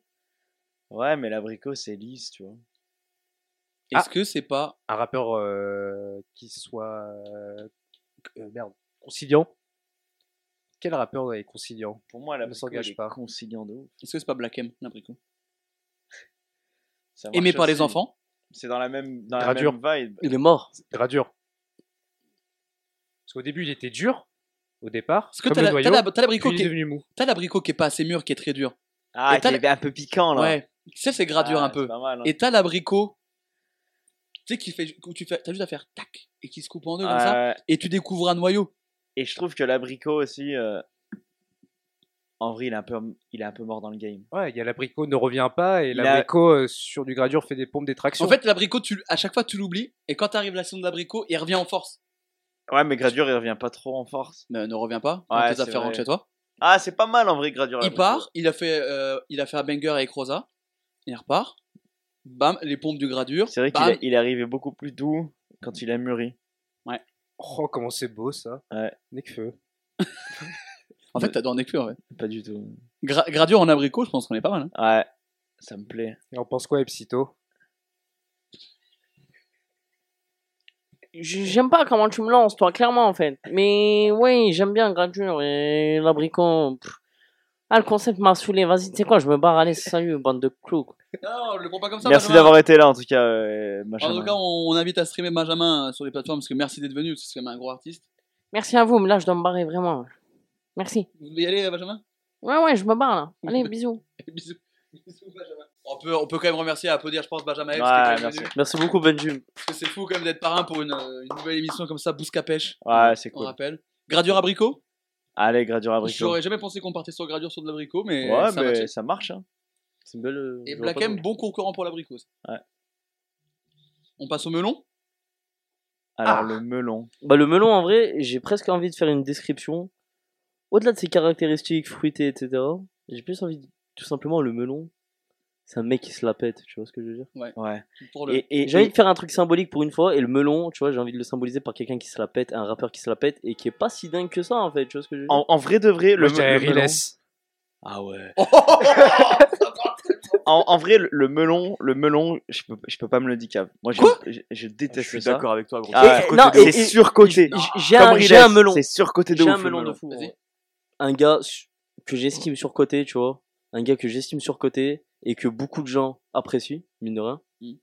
Ouais, mais l'abricot, c'est lisse, tu vois. Ah. Est-ce que c'est pas Un rappeur euh, qui soit euh, euh, merde, conciliant. Quel rappeur est conciliant Pour moi, l'abricot, s'engage il est pas. conciliant de ouf. est-ce que c'est pas Black M l'abricot Ça Aimé marche par les aussi. enfants C'est dans la même, dans la Gradure. même vibe. il est mort. Gradure. Parce qu'au début, il était dur au départ, Est-ce que comme t'as le la- noyau, t'as la- t'as puis l'abricot il qui est est- devenu mou. t'as l'abricot qui est pas assez mûr, qui est très dur. Ah, Et t'as qui est un peu piquant, là. Ouais. Ça c'est gradure Ah, un peu. c'est pas mal, hein. Et t'as l'abricot, tu sais, qui fait, où tu fais, t'as juste à faire tac et qui se coupe en deux comme ça, Ouais, et tu découvres un noyau. Euh, et je trouve que l'abricot aussi, euh, en vrai, il est, un peu, il est un peu mort dans le game. Ouais, il y a l'abricot ne revient pas et Il a- l'abricot euh, sur du gradure fait des pompes des tractions. En fait, l'abricot, tu, l- à chaque fois, tu l'oublies, et quand t'arrives à la saison de l'abricot, il revient en force. Ouais, mais Gradure, il revient pas trop en force. Ne, ne reviens pas, Ouais, ouais, tes c'est affaires vrai. rentrent chez toi. Ah, c'est pas mal en vrai, Gradure. Il l'abricot. part, il a fait, euh, il a fait un banger avec Rosa, il repart, bam, les pompes du gradure. C'est vrai qu'il bam. est- il est arrivé beaucoup plus doux quand il a mûri. oh comment c'est beau ça. Ouais. Necfeu. En fait, t'adores Necfeu, en fait. Pas du tout. Gra- gradure en abricot, je pense qu'on est pas mal. hein. Ouais, ça me plaît. Et on pense quoi Epsito J- J'aime pas comment tu me lances, toi, clairement, en fait. Mais oui, j'aime bien Gradure et l'abricot. pff. Ah, le concept m'a saoulé. Vas-y, tu sais quoi, je me barre. Allez, sérieux, bande de clous. quoi. Non, le prends pas comme ça. Merci Benjamin. d'avoir été là en tout cas, euh, machin. En tout cas, on, on invite à streamer Benjamin euh, sur les plateformes parce que merci d'être venu, c'est quand même un gros artiste. Merci à vous, mais là, je dois me barrer, vraiment. Merci. Vous voulez y aller, euh, Benjamin Ouais, ouais, je me barre, là. Allez, bisous. Bisous. Bisous, Benjamin. On peut, on peut quand même remercier, applaudir, je pense, Benjamin Epps, qui est quand Ouais, même merci. venu. Merci beaucoup, Benjim. Parce que c'est fou quand même d'être parrain pour une, euh, une nouvelle émission comme ça, Bouscapèche. Ouais, c'est On cool. rappelle. Gradure abricot Allez, Gradure Abricot. J'aurais jamais pensé qu'on partait sur Gradure sur de l'abricot, mais ouais, ça mais matchait. ça marche. Hein. C'est une belle. euh, Et je vois Black pas M, de- bon concurrent pour l'abricot. ça. Ouais. On passe au melon Alors, le melon. Bah, le melon, en vrai, j'ai presque envie de faire une description. Au-delà de ses caractéristiques fruitées, etc., j'ai plus envie de... tout simplement le melon. C'est un mec qui se la pète, tu vois ce que je veux dire Ouais. pour le... Et, et, J'ai envie et, de faire un truc symbolique pour une fois, et le melon, tu vois, j'ai envie de le symboliser par quelqu'un qui se la pète, un rappeur qui se la pète, et qui est pas si dingue que ça, en fait, tu vois ce que je veux dire en, en vrai de vrai, Le le, me- le melon. Riles. Ah ouais. Oh, ça part très en, en vrai, le- le melon, le melon, je peux, je peux pas me le dire. Moi, je, Quoi je, je Je déteste suis ça. d'accord avec toi, gros. Ah, Et- non, et- c'est et- surcoté. j- J'ai un, Comme j'ai Riles, un melon. C'est surcoté de J'ai ouf. un le melon de melon. fou. en hein. Vas-y. vrai. Un gars su- que j'estime surcoté, tu vois. Un gars que j'estime surcoté et que beaucoup de gens apprécient, mine de rien. Mm.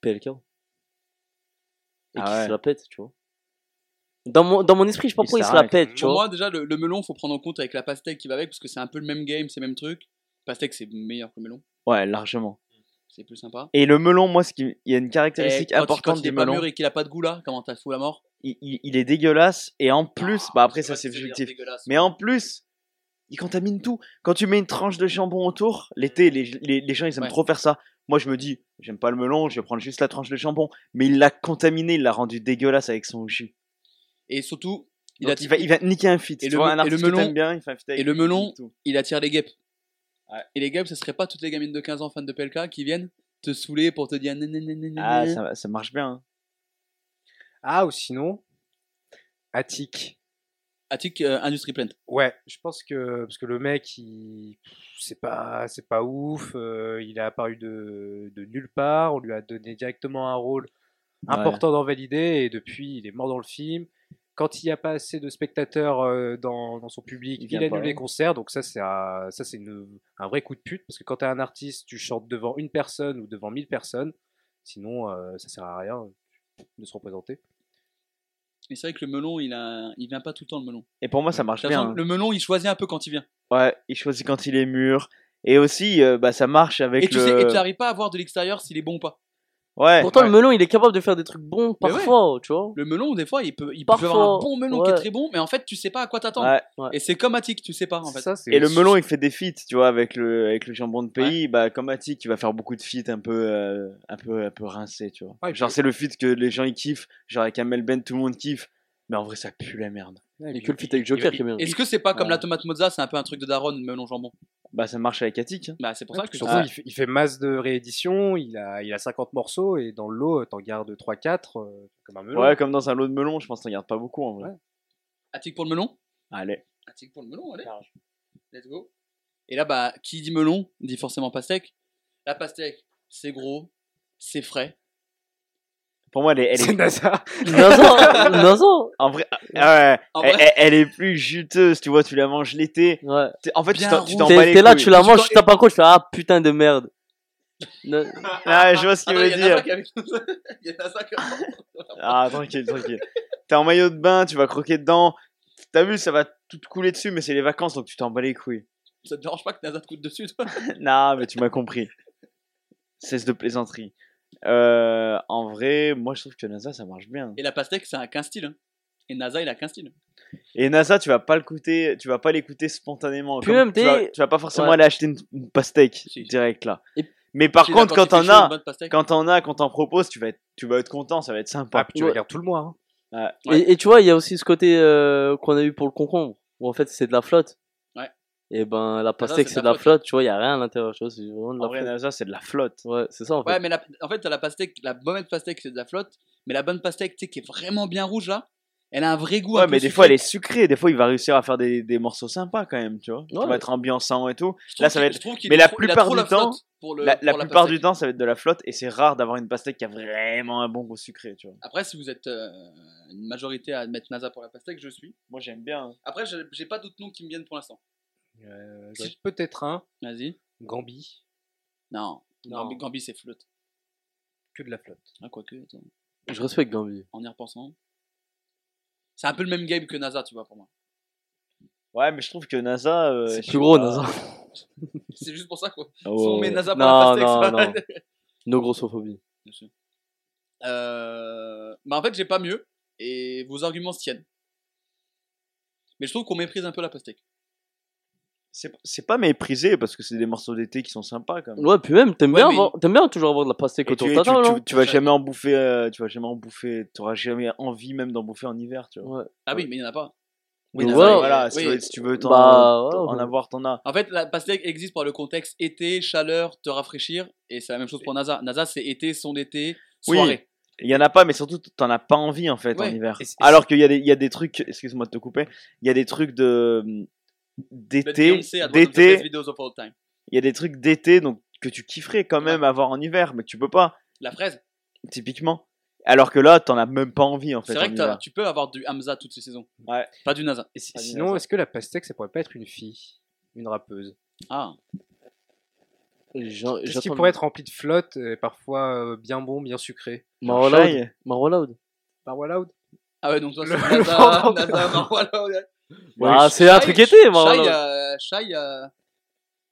PLK. Et Ah qui ouais. se la pète, tu vois. Dans mon, dans mon esprit, je sais pas Il pourquoi il se la s'arrête. pète, tu Pour vois. moi, déjà, le, le melon, faut prendre en compte avec la pastèque qui va avec, parce que c'est un peu le même game, c'est le même truc. Pastèque, c'est meilleur que le melon, Ouais, largement. c'est plus sympa. Et le melon, moi, ce qui, il y a une Et caractéristique Eh, quand, il- quand importante il est du pas melon. mûr et qu'il a pas de goût là, comment t'as fou la mort Ah, Il, il- il est dégueulasse. Et en plus, bah après, C'est ça vrai c'est que subjectif. dégueulasse. Mais en plus, il contamine tout. Quand tu mets une tranche de jambon autour, l'été, les, les, les gens, ils aiment Ouais. trop faire ça. Moi, je me dis, j'aime pas le melon, je vais prendre juste la tranche de jambon. Mais il l'a contaminé, il l'a rendu dégueulasse avec son jus. Et surtout, il Donc, attire, il, va, il va niquer un feat. Et tu le vois, me- un et le artiste melon- que t'aimes bien, il fait un feat avec et le lui, melon- tout. il attire les guêpes. Ouais. Et les guêpes, ce serait pas toutes les gamines de 15 ans fans de PLK qui viennent te saouler pour te dire nénénénéné. Ah, ça, ça marche bien. hein. Ah, ou sinon, Attic. Attic euh, Industry Plant. Ouais, je pense que parce que le mec, il c'est pas c'est pas ouf. euh, il est apparu de, de nulle part. On lui a donné directement un rôle important dans Validé et depuis, il est mort dans le film. Quand il n'y a pas assez de spectateurs euh, dans, dans son public, Il il, vient annule pas. les concerts. Donc ça, c'est un, ça c'est une- un vrai coup de pute parce que quand t'es un artiste, tu chantes devant une personne ou devant mille personnes. Sinon, euh, ça sert à rien de se représenter. Mais c'est vrai que le melon, il, a... il vient pas tout le temps, le melon. Et pour moi, ça marche T'as bien. besoin- hein. Le melon, il choisit un peu quand il vient. Ouais, il choisit quand il est mûr. Et aussi, euh, bah, ça marche avec et tu le. sais, et tu arrives pas à voir de l'extérieur s'il est bon ou pas. Ouais. Pourtant, ouais. le melon, il est capable de faire des trucs bons Mais parfois, tu vois. Le melon, des fois, il peut, il Parfois, peut avoir un bon melon qui est ouais. très bon, mais en fait, tu sais pas à quoi t'attendre. Ouais. Et c'est comme Attic, tu sais pas en fait. Ça, c'est Et le aussi- melon, il fait des feats, tu vois, avec le, avec le jambon de pays. Bah, comme Attic, il va faire beaucoup de feats un peu, euh, un peu, un peu rincés, tu vois. Ouais, et genre, puis- c'est le feat que les gens ils kiffent. Genre, avec Amel Ben, tout le monde kiffe. Mais en vrai, ça pue la merde. Il y a que le feat avec Joker qui est bien. Est-ce que c'est pas comme Ouais. la tomate mozza, c'est un peu un truc de daron, le melon jambon Bah, ça marche avec Attic. hein. Bah, c'est pour ça que je te Surtout, il, fait, il fait masse de rééditions, il a, il a 50 morceaux et dans le lot, euh, t'en gardes 3-4 euh, comme un melon. Ouais, comme dans un lot de melon, je pense que t'en gardes pas beaucoup en vrai. Attic pour le melon Allez. Attic pour le melon, allez. Let's go. Et là, bah, qui dit melon dit forcément pastèque. La pastèque, c'est gros, c'est frais. Pour moi, elle est. Elle C'est est... NASA. Nazo, Nazo. En vrai, ah, ouais, En elle, vrai- elle- elle est plus juteuse, tu vois, tu la manges l'été. Ouais. T'es- En fait, tu Bien t'en- tu rouge. t'en bats T'es les t'es là, couilles. tu la Tu manges, t'en- tu tapes un coach, tu fais ah putain de merde. Ne- Ah, je vois ce Ah qu'il non, veut il y en a dire. pas qui avec nous. Il y en a ça qui- Ah, tranquille, tranquille. T'es en maillot de bain, tu vas croquer dedans. T'as vu, ça va tout te couler dessus, mais c'est les vacances, donc tu t'en bats les couilles. Ça te dérange pas que NASA te coûte dessus, toi non, mais tu m'as compris. Cesse de plaisanterie. Euh, en vrai, moi je trouve que NASA ça marche bien. Et la pastèque, c'est un qu'un style. hein. Et NASA, il a qu'un style. Et NASA, tu vas pas l'écouter, tu vas pas l'écouter spontanément. Puis même, tu, t'es- vas, tu vas pas forcément Ouais. aller acheter une, une pastèque Si. direct là. Et- Mais par Tu sais, contre, là, quand il fait t'en chaud, une as, bonne pastèque. quand t'en as, quand t'en proposes, tu vas être, tu vas être content, ça va être Ah, sympa. puis tu regardes tout le mois. hein. Ah, Ouais. Et, et tu vois, il y a aussi ce côté euh, qu'on a eu pour le concombre, où en fait c'est de la flotte. Ouais. Et ben la pastèque c'est de la flotte, tu vois, il y a rien à l'intérieur, tu vois, c'est vraiment de En la vrai, flotte. NASA, c'est de la flotte. Ouais, c'est ça en fait. Ouais, mais la- en fait, t'as la pastèque, la bonne pastèque, c'est de la flotte, mais la bonne pastèque, tu sais, qui est vraiment bien rouge là, elle a un vrai goût. un Ouais, peu mais des sucré. fois elle est sucrée, des fois il va réussir à faire des, des morceaux sympas quand même, tu vois. Ça Ouais. va être ambiançant et tout. Je trouve Là, ça va être. qu'il- je trouve qu'il mais est la trop- il a plupart trop du la flotte temps, pour le- La, la pour plupart pastèque. du temps, ça va être de la flotte et c'est rare d'avoir une pastèque qui a vraiment un bon goût sucré, tu vois. Après, si vous êtes euh, une majorité à mettre NASA pour la pastèque, je suis. Moi j'aime bien. hein. Après, j'ai j'ai pas d'autres noms qui me viennent pour l'instant. Euh, Si- j'ai Peut-être un, Vas-y. Gambi, Non. Non. Gambi, Gambi, c'est flotte. que de la flotte. Ah, quoique, attends, Je respecte Gambi. en y repensant. C'est un peu le même game que NASA, tu vois, pour moi. Ouais, mais je trouve que NASA. euh, je c'est sais plus gros pas. Nazo. C'est juste pour ça, quoi. Oh, Si on ouais. met NASA pour Non, la pastèque, non, ça va non. No grossophobie. Bien sûr. Euh, Bah en fait, j'ai pas mieux et vos arguments se tiennent. Mais je trouve qu'on méprise un peu la pastèque. C'est c'est pas méprisé parce que c'est des morceaux d'été qui sont sympas quand même. Ouais, puis même, t'aimes Ouais, bien, mais- avoir- t'aimes bien toujours avoir de la pastèque Et tu, autour de tu, ta table, tu- non tu vas jamais en bouffer, euh, tu vas jamais en bouffer, t'auras jamais envie même d'en bouffer en hiver, tu vois. Ouais. Ah oui, mais il y en a pas. Oui, Donc, hein. ouais, voilà, voilà, ouais. si, oui. tu veux, si tu veux t'en- Bah, t'en- ouais, en ouais. avoir, t'en as. En fait, la pastèque existe par le contexte été, chaleur, te rafraîchir, et c'est la même chose pour NASA. NASA, c'est été, son d'été, Oui. soirée. Il y en a pas, mais surtout, t'en as pas envie en fait en Ouais. hiver. Et c'est- Alors qu'il y, a des- il y a des trucs, excuse-moi de te couper, il y a des trucs de d'été, Beyoncé had one of the best d'été, videos of all time. il y a des trucs d'été donc que tu kifferais quand même avoir en hiver, mais que tu peux pas, La fraise. typiquement. Alors que là, t'en as même pas envie en fait. C'est vrai en que hiver. t'as- tu peux avoir du Hamza toutes ces saisons. Ouais. Pas du NASA. Et si- Ah, il y en a sinon, ça. est-ce que la pastèque, ça pourrait pas être une fille Une rappeuse Ah. J'en- Qu'est-ce qui j'attends pourrait être rempli de flotte et parfois euh, bien bon, bien sucré le- Maro Genre Loud. Shai. Maro Loud. Par Loud Ah ouais, donc toi, c'est Le- NASA, le NASA, vendeur. Marwa, là, ouais. Ah, c'est un Shai- truc été, Maro Shai, Loud. euh, Shai, euh,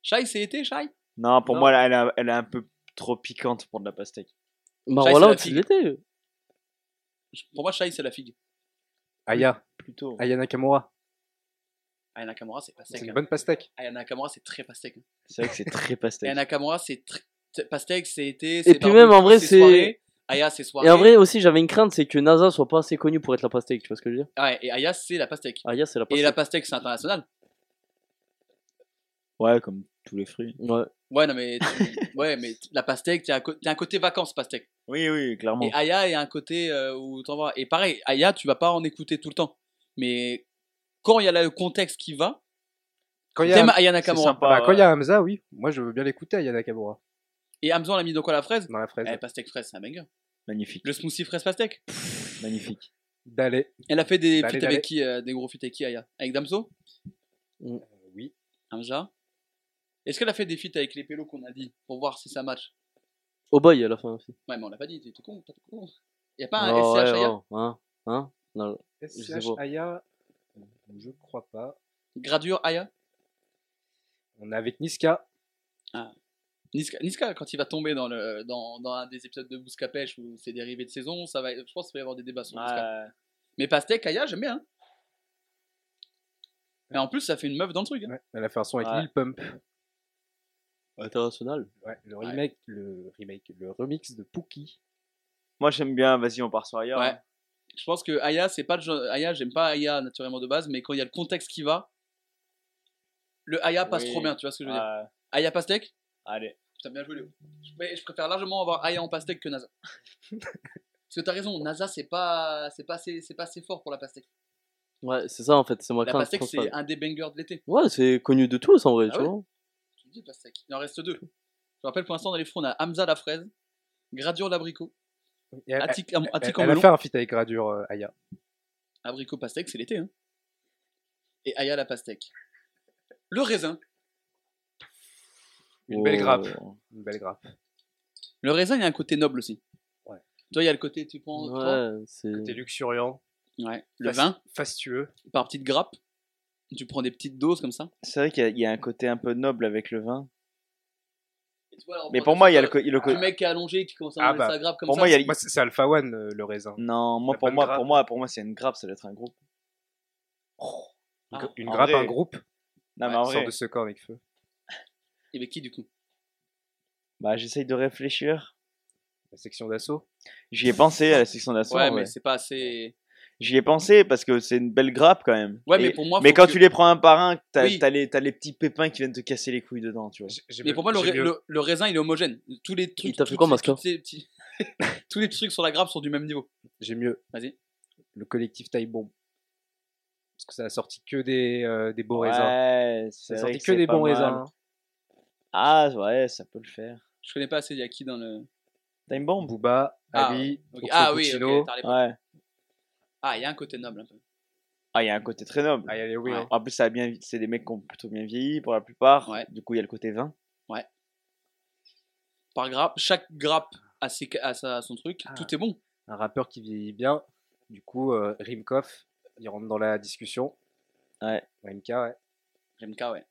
Shai, c'est été, Shai Non, pour Non. moi, elle, a- elle est un peu trop piquante pour de la pastèque. Shai, Maro c'est la Loud, c'est figue. l'été. Pour moi, Shai, c'est la figue. Aya, Plutôt. Aya Nakamura. Aya Nakamura, c'est pastèque. C'est une hein. bonne pastèque. Aya Nakamura, c'est très pastèque. hein. C'est vrai que c'est très Aya pastèque. Nakamura, c'est tr- c'est pastèque, c'est été. puis même, en vrai, c'est- soirée. Aya, c'est soirée. Et en vrai, aussi, j'avais une crainte, c'est que NASA soit pas assez connu pour être la pastèque, tu vois ce que je veux dire Ouais, et Aya, c'est la pastèque. Aya, c'est la Et pastèque. la pastèque, c'est international. Ouais, comme tous les fruits. Ouais. Ouais, non, mais, tu- ouais, mais t- la pastèque, t'as un, co- t'as un côté vacances, pastèque. Oui, oui, clairement. Et Aya, il y a un côté euh, où t'en vas. Et pareil, Aya, tu vas pas en écouter tout le temps. Mais quand il y a là le contexte qui va, Oh, Quand il y a- t'aimes Aya C'est Nakamura. sympa. Ah bah, quand il ouais. y a Hamza, oui. Moi, je veux bien l'écouter, Aya Nakamura. Et Hamza, on l'a mis dans quoi la fraise Dans la fraise. Eh, pastèque fraise, c'est un banger. Magnifique, Le smoothie fraise pastèque. magnifique. D'aller. Elle a fait des Bah, feats allez, avec allez. qui euh, Des gros feats avec qui, Aya Avec Damso Euh, Oui. Hamza Hein, Est-ce qu'elle a fait des feats avec les pélos qu'on a dit Pour voir si ça match Oh boy, à la fin. aussi. Ouais, mais on l'a pas dit, t'es tout con, t'es tout con. Y a pas un Oh, SCH ouais, Aya non, hein, hein Non, sais SCH pas. Aya, euh, je crois pas. Gradure Aya On est avec Niska. Niska, Niska, quand il va tomber dans, le, dans, dans un des épisodes de Bouscapèche ou ses dérivés de saison, ça va, je pense qu'il va y avoir des débats sur Niska. Mais Pastèque, Aya, j'aime bien. hein. Mais en plus, ça fait une meuf dans le truc. hein. Ouais, elle a fait un son avec Ouais. Lil Pump. International. Ouais, le remake, le remake, le remix de Pookie. Moi, j'aime bien. Vas-y, on part sur ailleurs. hein. Ouais. Je pense que Aya, c'est pas le genre- Aya, j'aime pas Aya naturellement de base, mais quand il y a le contexte qui va, le Aya passe Oui. trop bien, tu vois ce que je veux dire. Ah, Aya Pastèque, allez. putain, bien joué Léo. Je- Mais je préfère largement avoir Aya en Pastèque que NASA. Parce que t'as raison, NASA, c'est pas, c'est pas, assez, c'est pas assez fort pour la Pastèque. Ouais, c'est ça en fait, c'est ma La crainte. Pastèque, principale. c'est un des bangers de l'été. Ouais, c'est connu de tous en vrai, Ah tu ouais. vois. Tu dis Pastèque. Il en reste deux. Je rappelle pour l'instant, dans les fronts, on a Hamza la fraise, Gradure l'abricot, Et elle, Attic, elle- Attic en elle a melon. fait un feat avec Gradure euh, Aya. Abricot pastèque, c'est l'été. Hein. Et Aya la pastèque. Le raisin. Une belle grappe. Oh. Euh, Une belle grappe. Le raisin, il y a un côté noble aussi. Ouais. Toi, il y a le côté, tu prends. prends- Ouais, c'est. Côté luxuriant, Ouais. Le Faci- vin, fastueux. par petites grappes. Tu prends des petites doses comme ça. C'est vrai qu'il y a- il y, a un côté un peu noble avec le vin. Et tu vois, la Mais pour moi, il y a le, co- représentation il y a le co- du mec qui est allongé qui commence à Ah manger bah, sa grappe comme pour ça. moi, il y a- Moi, c'est c'est Alpha One, euh, le raisin. Non, moi T'as pour pas de moi, grappe. pour moi, pour moi, c'est une grappe. Ça doit être un groupe. Ah. Une gra- une En grappe, vrai. un groupe. Non, Ouais, mais en Sort vrai, de ce corps avec feu. Et avec qui du coup bah, j'essaye de réfléchir. La section d'assaut. J'y ai pensé à la section d'assaut. Ouais, en mais vrai. c'est pas assez. J'y ai pensé parce que c'est une belle grappe quand même. Ouais, Et- mais pour moi. mais faut quand que- tu les prends un par un, t'as Oui. t'as les, t'as les petits pépins qui viennent te casser les couilles dedans, tu vois. J'ai- j'ai Mais mieux- pour moi, le, rai- j'ai mieux- le- le raisin, il est homogène. Tous les trucs. Il t'a fait toutes quoi, ces- Masca toutes ces petits- Tous les trucs sur la grappe sont du même niveau. J'ai mieux. Vas-y. Le collectif Taille Bombe. Parce que ça a sorti que des, euh, des beaux raisins. Ouais, Ça c'est a vrai que sorti que c'est des pas bons mal. raisins. hein. Ah ouais, ça peut le faire. Je connais pas assez. Il y a qui dans le. Time Bomb Booba, Ah, Ali, Ok. Oxmo Ah oui, Puccino. ok, t'as les- Ouais. Ah, il y a un côté noble un peu. Ah, il y a un côté très noble. Ah, il y a les oui, Ouais. hein. En plus, ça a bien, vi- c'est des mecs qui ont plutôt bien vieilli pour la plupart. Ouais. Du coup, il y a le côté vin. Par grappe, chaque grappe a, ses- a sa- son truc, Ah. tout est bon. Un rappeur qui vieillit bien. Du coup, euh, Rimkoff, il rentre dans la discussion. Ouais. Rimka, ouais. J'aime ça, ouais.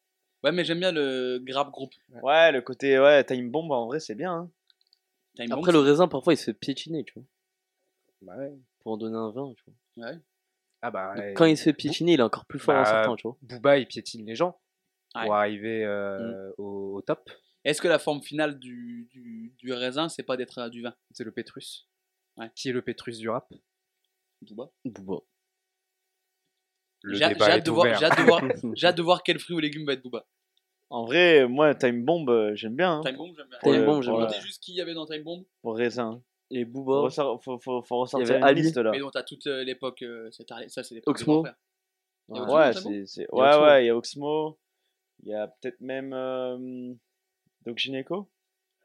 Ouais, mais j'aime bien le grappe groupe. Ouais, le côté ouais, Time Bomb en vrai, c'est bien. hein. Time Bomb. Après, le raisin, parfois, il se fait piétiner, tu vois. Bah ouais. Pour en donner un vin, tu vois. Ah bah, Donc, ouais. Quand il se fait piétiner, il est encore plus fort en Bah, sortant, tu vois. Booba, il piétine les gens Ouais. Mm. pour arriver euh, au, au top. Est-ce que la forme finale du, du, du raisin, c'est pas d'être euh, du vin C'est le Pétrus. Ouais. Qui est le Pétrus du rap Booba. Le J'ai j'ai débat hâte, est de voir- ouvert. j'ai hâte de voir- j'ai hâte de voir quel fruit ou légume va être Booba. En vrai, moi, Time Bomb, euh, j'aime bien. hein, Time Bomb, j'aime bien. Time le- Bomb, pour j'aime le- bien. Notez juste qui y avait dans Time Bomb. Pour raisin. Et Faut Booba. ressor- faut, faut, faut Il y ressortir avait une Ali. liste là. Mais donc, t'as toute euh, l'époque. euh, c'est tar- ça, c'est l'époque. des Oxmo. grands-frères. Il y a Oxmo Ouais, dans Time Bomb c'est, c'est- Il y a ouais, Oxmo. ouais, il y a Oxmo. Il y a peut-être même. euh, Donc Gynéco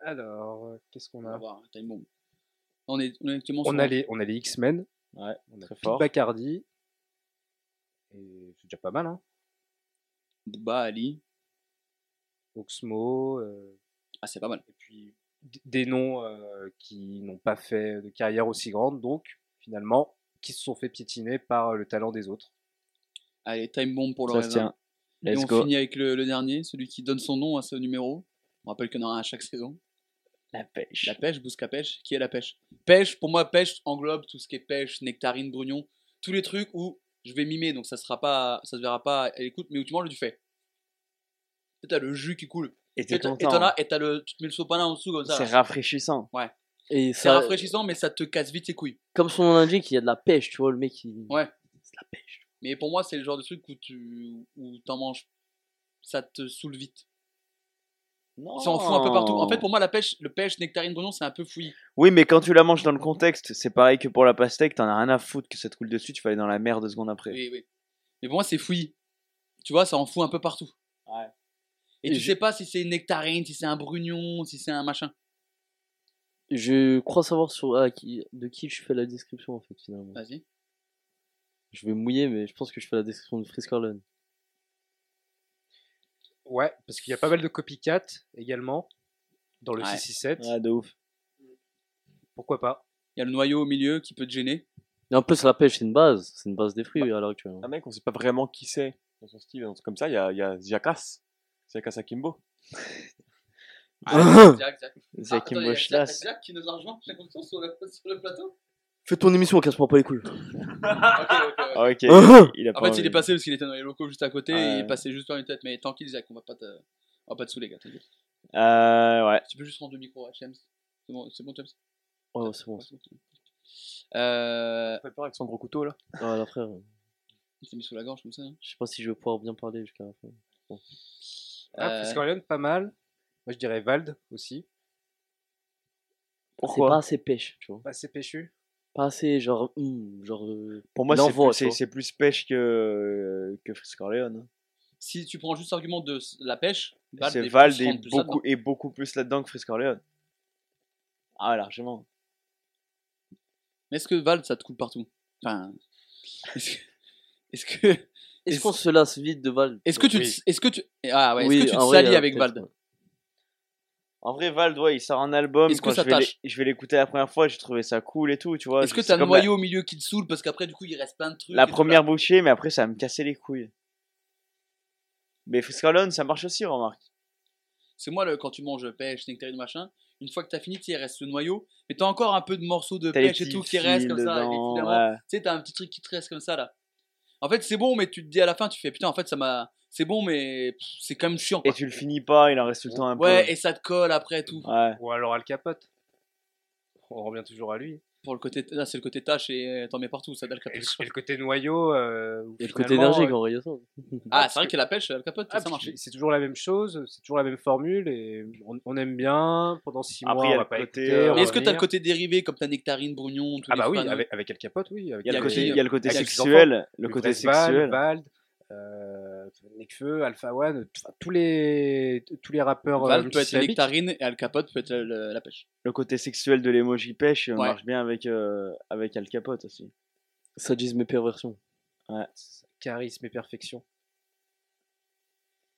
Alors, euh, qu'est-ce qu'on On va a voir, hein, Time Bomb. On est, on est actuellement on sur- a, les, on a les X-Men, Ouais, on a très Pete fort. Bacardi. Et c'est déjà pas mal, hein. Booba, Ali. Oxmo, euh, Ah, c'est pas mal. et puis d- des noms euh, qui n'ont pas fait de carrière aussi grande, donc finalement, qui se sont fait piétiner par euh, le talent des autres. Allez, Time Bomb pour le Ça se raisin. tient. Et Let's on go. finit avec le, le dernier, celui qui donne son nom à ce numéro. On rappelle qu'il y en a un à chaque saison. La pêche. La pêche, Bousca Pêche. Qui est la pêche Pêche, pour moi, pêche englobe tout ce qui est pêche, nectarine, brugnon. Tous les trucs où je vais mimer, donc ça sera pas, ça se verra pas à l'écoute, mais où tu manges du fait. Et T'as le jus qui coule. Et Et t'es t'en content. as, et t'as le, tu te mets le sopalin en dessous comme ça. C'est là. rafraîchissant. Et C'est ça, rafraîchissant, mais ça te casse vite les couilles. comme son nom l'indique, il y a de la pêche, tu vois, le mec, il... Ouais. C'est de la pêche. Mais pour moi, c'est le genre de truc où tu, où t'en manges, ça te saoule vite. Non. On s'en fout un peu partout. En fait, pour moi, la pêche, le pêche, nectarine, brugnon, c'est un peu fouillis. Oui, mais quand tu la manges dans le contexte, c'est pareil que pour la pastèque, t'en as rien à foutre que ça te coule dessus, tu vas aller dans la mer deux secondes après. Oui, oui. Mais pour moi, c'est fouillis. Tu vois, ça en fout un peu partout. Ouais. Et, Et tu j'ai- sais pas si c'est une nectarine, si c'est un brugnon, si c'est un machin. Je crois savoir sur à qui, de qui je fais la description, en fait, finalement. Vas-y. Je vais mouiller, mais je pense que je fais la description de Frisk Orlan. Ouais, parce qu'il y a pas mal de copycat également dans le Ouais. 667. Ah, de ouf. Pourquoi pas Il y a le noyau au milieu qui peut te gêner. Mais en plus, la pêche, c'est une base. C'est une base des fruits à l'heure actuelle. hein. Un mec, on sait pas vraiment qui c'est dans son style, un truc comme ça. Il y a, il y a Ziakas. Ziakas Akimbo. Ah, Zach, Zach. Ah, Zach attendez, il y a Imboche Zach- Lass. Zach qui nous a rejoint j'ai l'impression, sur le, sur le plateau. Fais ton émission, casse-moi pas les couilles. Ok, ok, ouais. Ok, Ah il a pas En fait, il envie. est passé parce qu'il était dans les locaux juste à côté Ah, et il ouais. est passé juste par une tête. Mais tranquille, Zach, on va pas te, on va pas te saouler, gars. t'inquiète. Euh, ouais. Tu peux juste rendre le micro à James. C'est bon, c'est bon, James Ouais, ouais, c'est bon. Ouais, c'est bon. Euh, Il fait peur avec son gros couteau là. Ah, la frère, il s'est mis sous la gorge comme ça. hein. je sais pas si je vais pouvoir bien parler jusqu'à la fin. Ah, Euh, Frisk Orleans, pas mal. Moi, je dirais Vald aussi. C'est Pourquoi pas assez pêche, tu vois. Pas assez Bah, péchu. Pas assez, genre. hum, genre euh, Pour moi, c'est l'envoi, plus, tu c'est- vois. c'est plus pêche que, que Frisk Orleans. hein. si tu prends juste l'argument de s- la pêche, Vald C'est est Vald plus est rentre plus là-dedans. beaucoup, est beaucoup plus là-dedans que Frisk Orleans. Ah, largement. Mais est-ce que Vald, ça te coule partout Enfin. Est-ce que. Est-ce que, Est-ce est-ce- qu'on se lasse vite de Val est-ce que tu, Oui. te- est-ce que tu, ah ouais, est-ce Oui, que tu te en vrai, salis euh, avec peut-être, Vald ouais. En vrai, Vald, ouais, il sort un album. Est-ce que Quand ça je vais l'é- tâche je vais l'écouter la première fois, j'ai trouvé ça cool et tout, tu vois. Est-ce que C'est t'as le comme la- noyau au milieu qui te saoule parce qu'après, du coup, il reste plein de trucs La et tout, première bouchée, mais après, ça va me casser les couilles. Mais Frisk Orleans, ça marche aussi, remarque. C'est moi, le, quand tu manges pêche, nectarine, machin, une fois que t'as fini, tu sais, il reste le noyau, mais t'as encore un peu de morceaux de T'as les pêche et petits tout qui restent comme fils ça. les dedans, fils d'amande. ouais. Tu sais, t'as un petit truc qui te reste comme ça, là. En fait, c'est bon, mais tu te dis à la fin, tu fais putain, en fait, ça m'a. C'est bon, mais pff, c'est quand même chiant. Et quoi. tu le finis pas, il en reste tout le temps un Ouais, peu. et ça te colle après tout. Ouais. Ou alors Al Capote. On revient toujours à lui. Pour le côté, là, c'est le côté tâche et euh, t'en mets partout, ça, Al Et le, Capote. et le côté noyau. euh, où Il y a le côté finalement, énergique euh, en voyant ça. Ah, c'est vrai qu'il y a la pêche, Al Capote, ah, ça marche. puis C'est toujours la même chose, c'est toujours la même formule et on, on aime bien. Pendant six Après, il y mois, a on va le pas côté, écouter. euh, on Mais va est-ce que t'as le revenir. côté dérivé comme ta nectarine, brugnon, tous Ah les bah oui, fans- avec, avec Al Capote, oui. Avec Il y a le Il y a côté, les- il y a le côté il y a les sexuel, le Le côté Vresval, sexuel. bah. Vald, euh, Nekfeu, Alpha One, t- enfin, tous les, tous les rappeurs. euh, Val peut être la multisyllabiques. nectarine et Al Capote peut être la- la- la pêche. le côté sexuel de l'emoji pêche euh, Ouais. marche bien avec, euh, avec Al Capote aussi. Ça dise mes perversions. Charisme et perfection.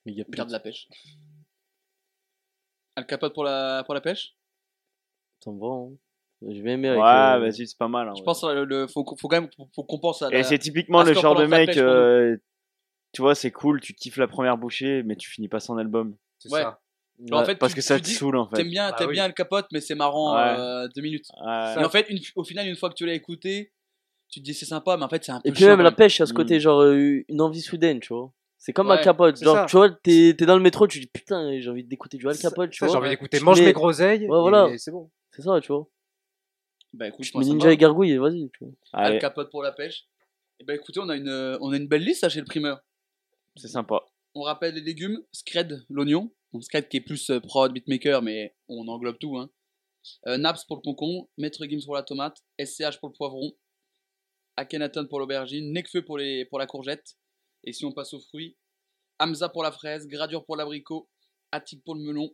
Mais il y a plus. Garde la pêche. Al Capote pour la, pour la pêche Ça me va, hein. J'ai bien aimé Ouais, avec. euh, vas-y, c'est pas mal. hein, Je ouais. pense qu'il le, le- faut, qu'on- faut quand même faut qu'on pense à la... Et c'est typiquement à ce le qu'on genre de relance la mec, pêche, pardon. euh, tu vois, c'est cool, tu kiffes la première bouchée, mais tu finis pas son album. C'est Ouais. ça. Mais en Ouais, fait, parce tu- que ça tu te dis- saoule en fait. T'aimes bien, Bah t'aimes oui. bien Al Capote, mais c'est marrant Ouais. euh, deux minutes. Ouais. Et en fait, une- au final, une fois que tu l'as écouté, tu te dis c'est sympa, mais en fait c'est un peu Et puis chiant même quand la même. pêche, à ce côté, Mm. genre euh, une envie soudaine, tu vois. C'est comme Al Ouais, Capote. c'est Genre, ça. tu vois, t'es t'es dans le métro, tu dis putain, j'ai envie d'écouter du Al Ça- Capote, tu ça, J'ai vois. envie d'écouter Tu Mange mets- mes groseilles. Ouais, voilà. et C'est bon. C'est ça, tu vois. Bah écoute, Je moi, mets ça me Ninja va. et Gargouille, vas-y, tu vois. Al Allez, Capote pour la pêche. Et bah écoutez, on a une, euh, on a une belle liste là, chez le primeur. c'est sympa. On rappelle les légumes, scred, l'oignon. Donc scred qui est plus euh, prod, beatmaker, mais on englobe tout. Hein. Euh, Naps pour le concombre, Maître Gims pour la tomate, SCH pour le poivron, Akhenaton pour l'aubergine, Necfeu pour, les, pour la courgette. Et si on passe aux fruits, Hamza pour la fraise, Gradure pour l'abricot, Attic pour le melon,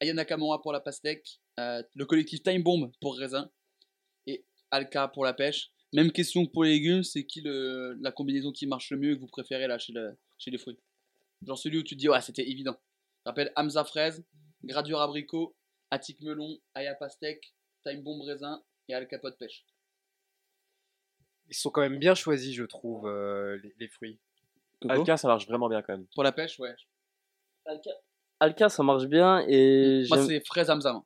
Aya Nakamura pour la pastèque, euh, le collectif Time Bomb pour raisin et Alka pour la pêche. Même question que pour les légumes, c'est qui le, la combinaison qui marche le mieux et que vous préférez là chez, le- chez les fruits Genre celui où tu te dis, ouais, c'était évident. Je rappelle Hamza fraise, Gradure abricot, Attic melon, Aya pastèque, Time Bomb raisin et Alka pot pêche. Ils sont quand même bien choisis, je trouve, euh, les, les fruits. Alka, ça marche vraiment bien quand même. Pour la pêche, ouais. Alka- Alka, ça marche bien et Mm. Moi, j'aime- c'est fraise Hamza. moi.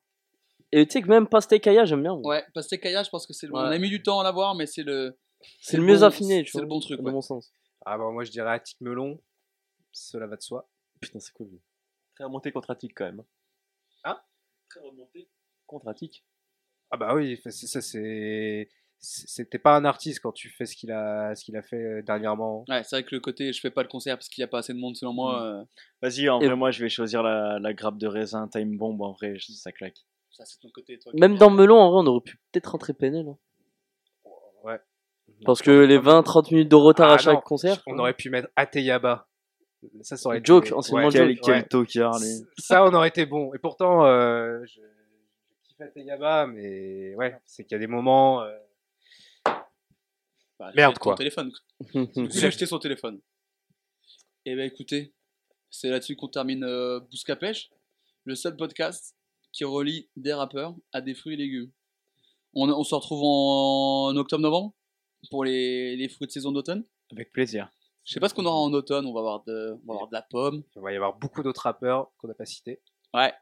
et tu sais que même pastèque Aya, j'aime bien. moi. Ouais, pastèque Aya, je pense que c'est le. Ouais. On a mis du temps à l'avoir, mais c'est le. C'est le mieux bon- affiné, tu C'est vois. le bon truc, dans ouais. mon sens. Ah bah moi je dirais Attic Melon, cela va de soi. Putain, c'est cool. Très remonté contre Attic quand même. Ah, Hein Très remonté contre Attic. Ah bah oui, fa- c'est- ça c'est... c'est- C'était pas un artiste quand tu fais ce qu'il a, ce qu'il a fait euh, dernièrement. Ouais, c'est vrai que le côté je fais pas le concert parce qu'il y a pas assez de monde selon Mm. moi, euh, Vas-y, en Et- vrai, moi, je vais choisir la, la grappe de raisin Time Bomb. En vrai, je- ça claque. ça c'est ton côté toi. Même dans Melon, en vrai, on aurait pu peut-être rentrer Penel. hein. Ouais. Parce que les 20-30 minutes de retard Ah à chaque non, concert. On aurait pu mettre Ateyaba. Ça, ça aurait été- Joke, hein, anciennement ouais. Joke. Quel, Quel- quel ouais. tocard, lui. Ça, on aurait été bon. Et pourtant, euh, je, je kiffe Ateyaba, mais ouais, c'est qu'il y a des moments. euh, Bah, Merde, jette quoi. Ton téléphone. quoi. Moi, J'ai acheté son téléphone. Et ben écoutez, c'est là-dessus qu'on termine euh, Bouscapèche, le seul podcast qui relie des rappeurs à des fruits et légumes. On, on se retrouve en octobre-novembre pour les, les fruits de saison d'automne. Avec plaisir. Je sais pas ce qu'on aura en automne, on va avoir de, on va avoir de la pomme. Il va y avoir beaucoup d'autres rappeurs qu'on n'a pas cités. Ouais.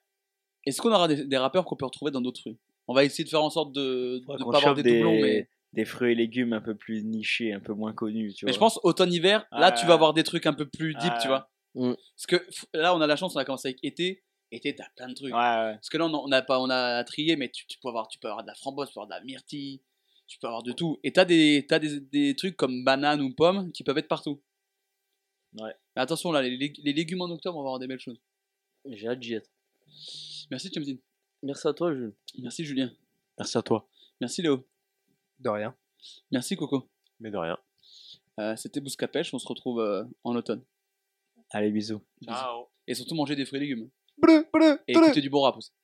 Est-ce qu'on aura des, des rappeurs qu'on peut retrouver dans d'autres fruits On va essayer de faire en sorte de Faudra ne qu'on pas avoir chope des doublons, mais. des fruits et légumes un peu plus nichés, un peu moins connus. Tu vois. Mais Ah. je pense automne-hiver, là Ouais. tu vas avoir des trucs un peu plus deep, Ouais. tu vois. Mm. Parce que f- là on a la chance, on a commencé avec été. Été, t'as plein de trucs. Ouais, ouais. Parce que là on a- on a pas, on a trié, mais tu, tu peux avoir, tu peux avoir de la framboise, tu peux avoir de la myrtille, tu peux avoir de tout. Et t'as des, t'as des, des trucs comme banane ou pomme qui peuvent être partout. Ouais. Mais attention là, les, lég- les légumes en octobre, on va avoir des belles choses. J'ai hâte d'y être. Merci Chomzin. Merci à toi, Jules. Merci Julien. Merci à toi. Merci Léo. De rien. Merci Coco. Mais de rien. Euh, C'était Bouscapèche, on se retrouve euh, en automne. Allez, bisous. Et surtout manger des fruits et légumes. Bleu, bleu, Et bleu. écouter du bon rap aussi.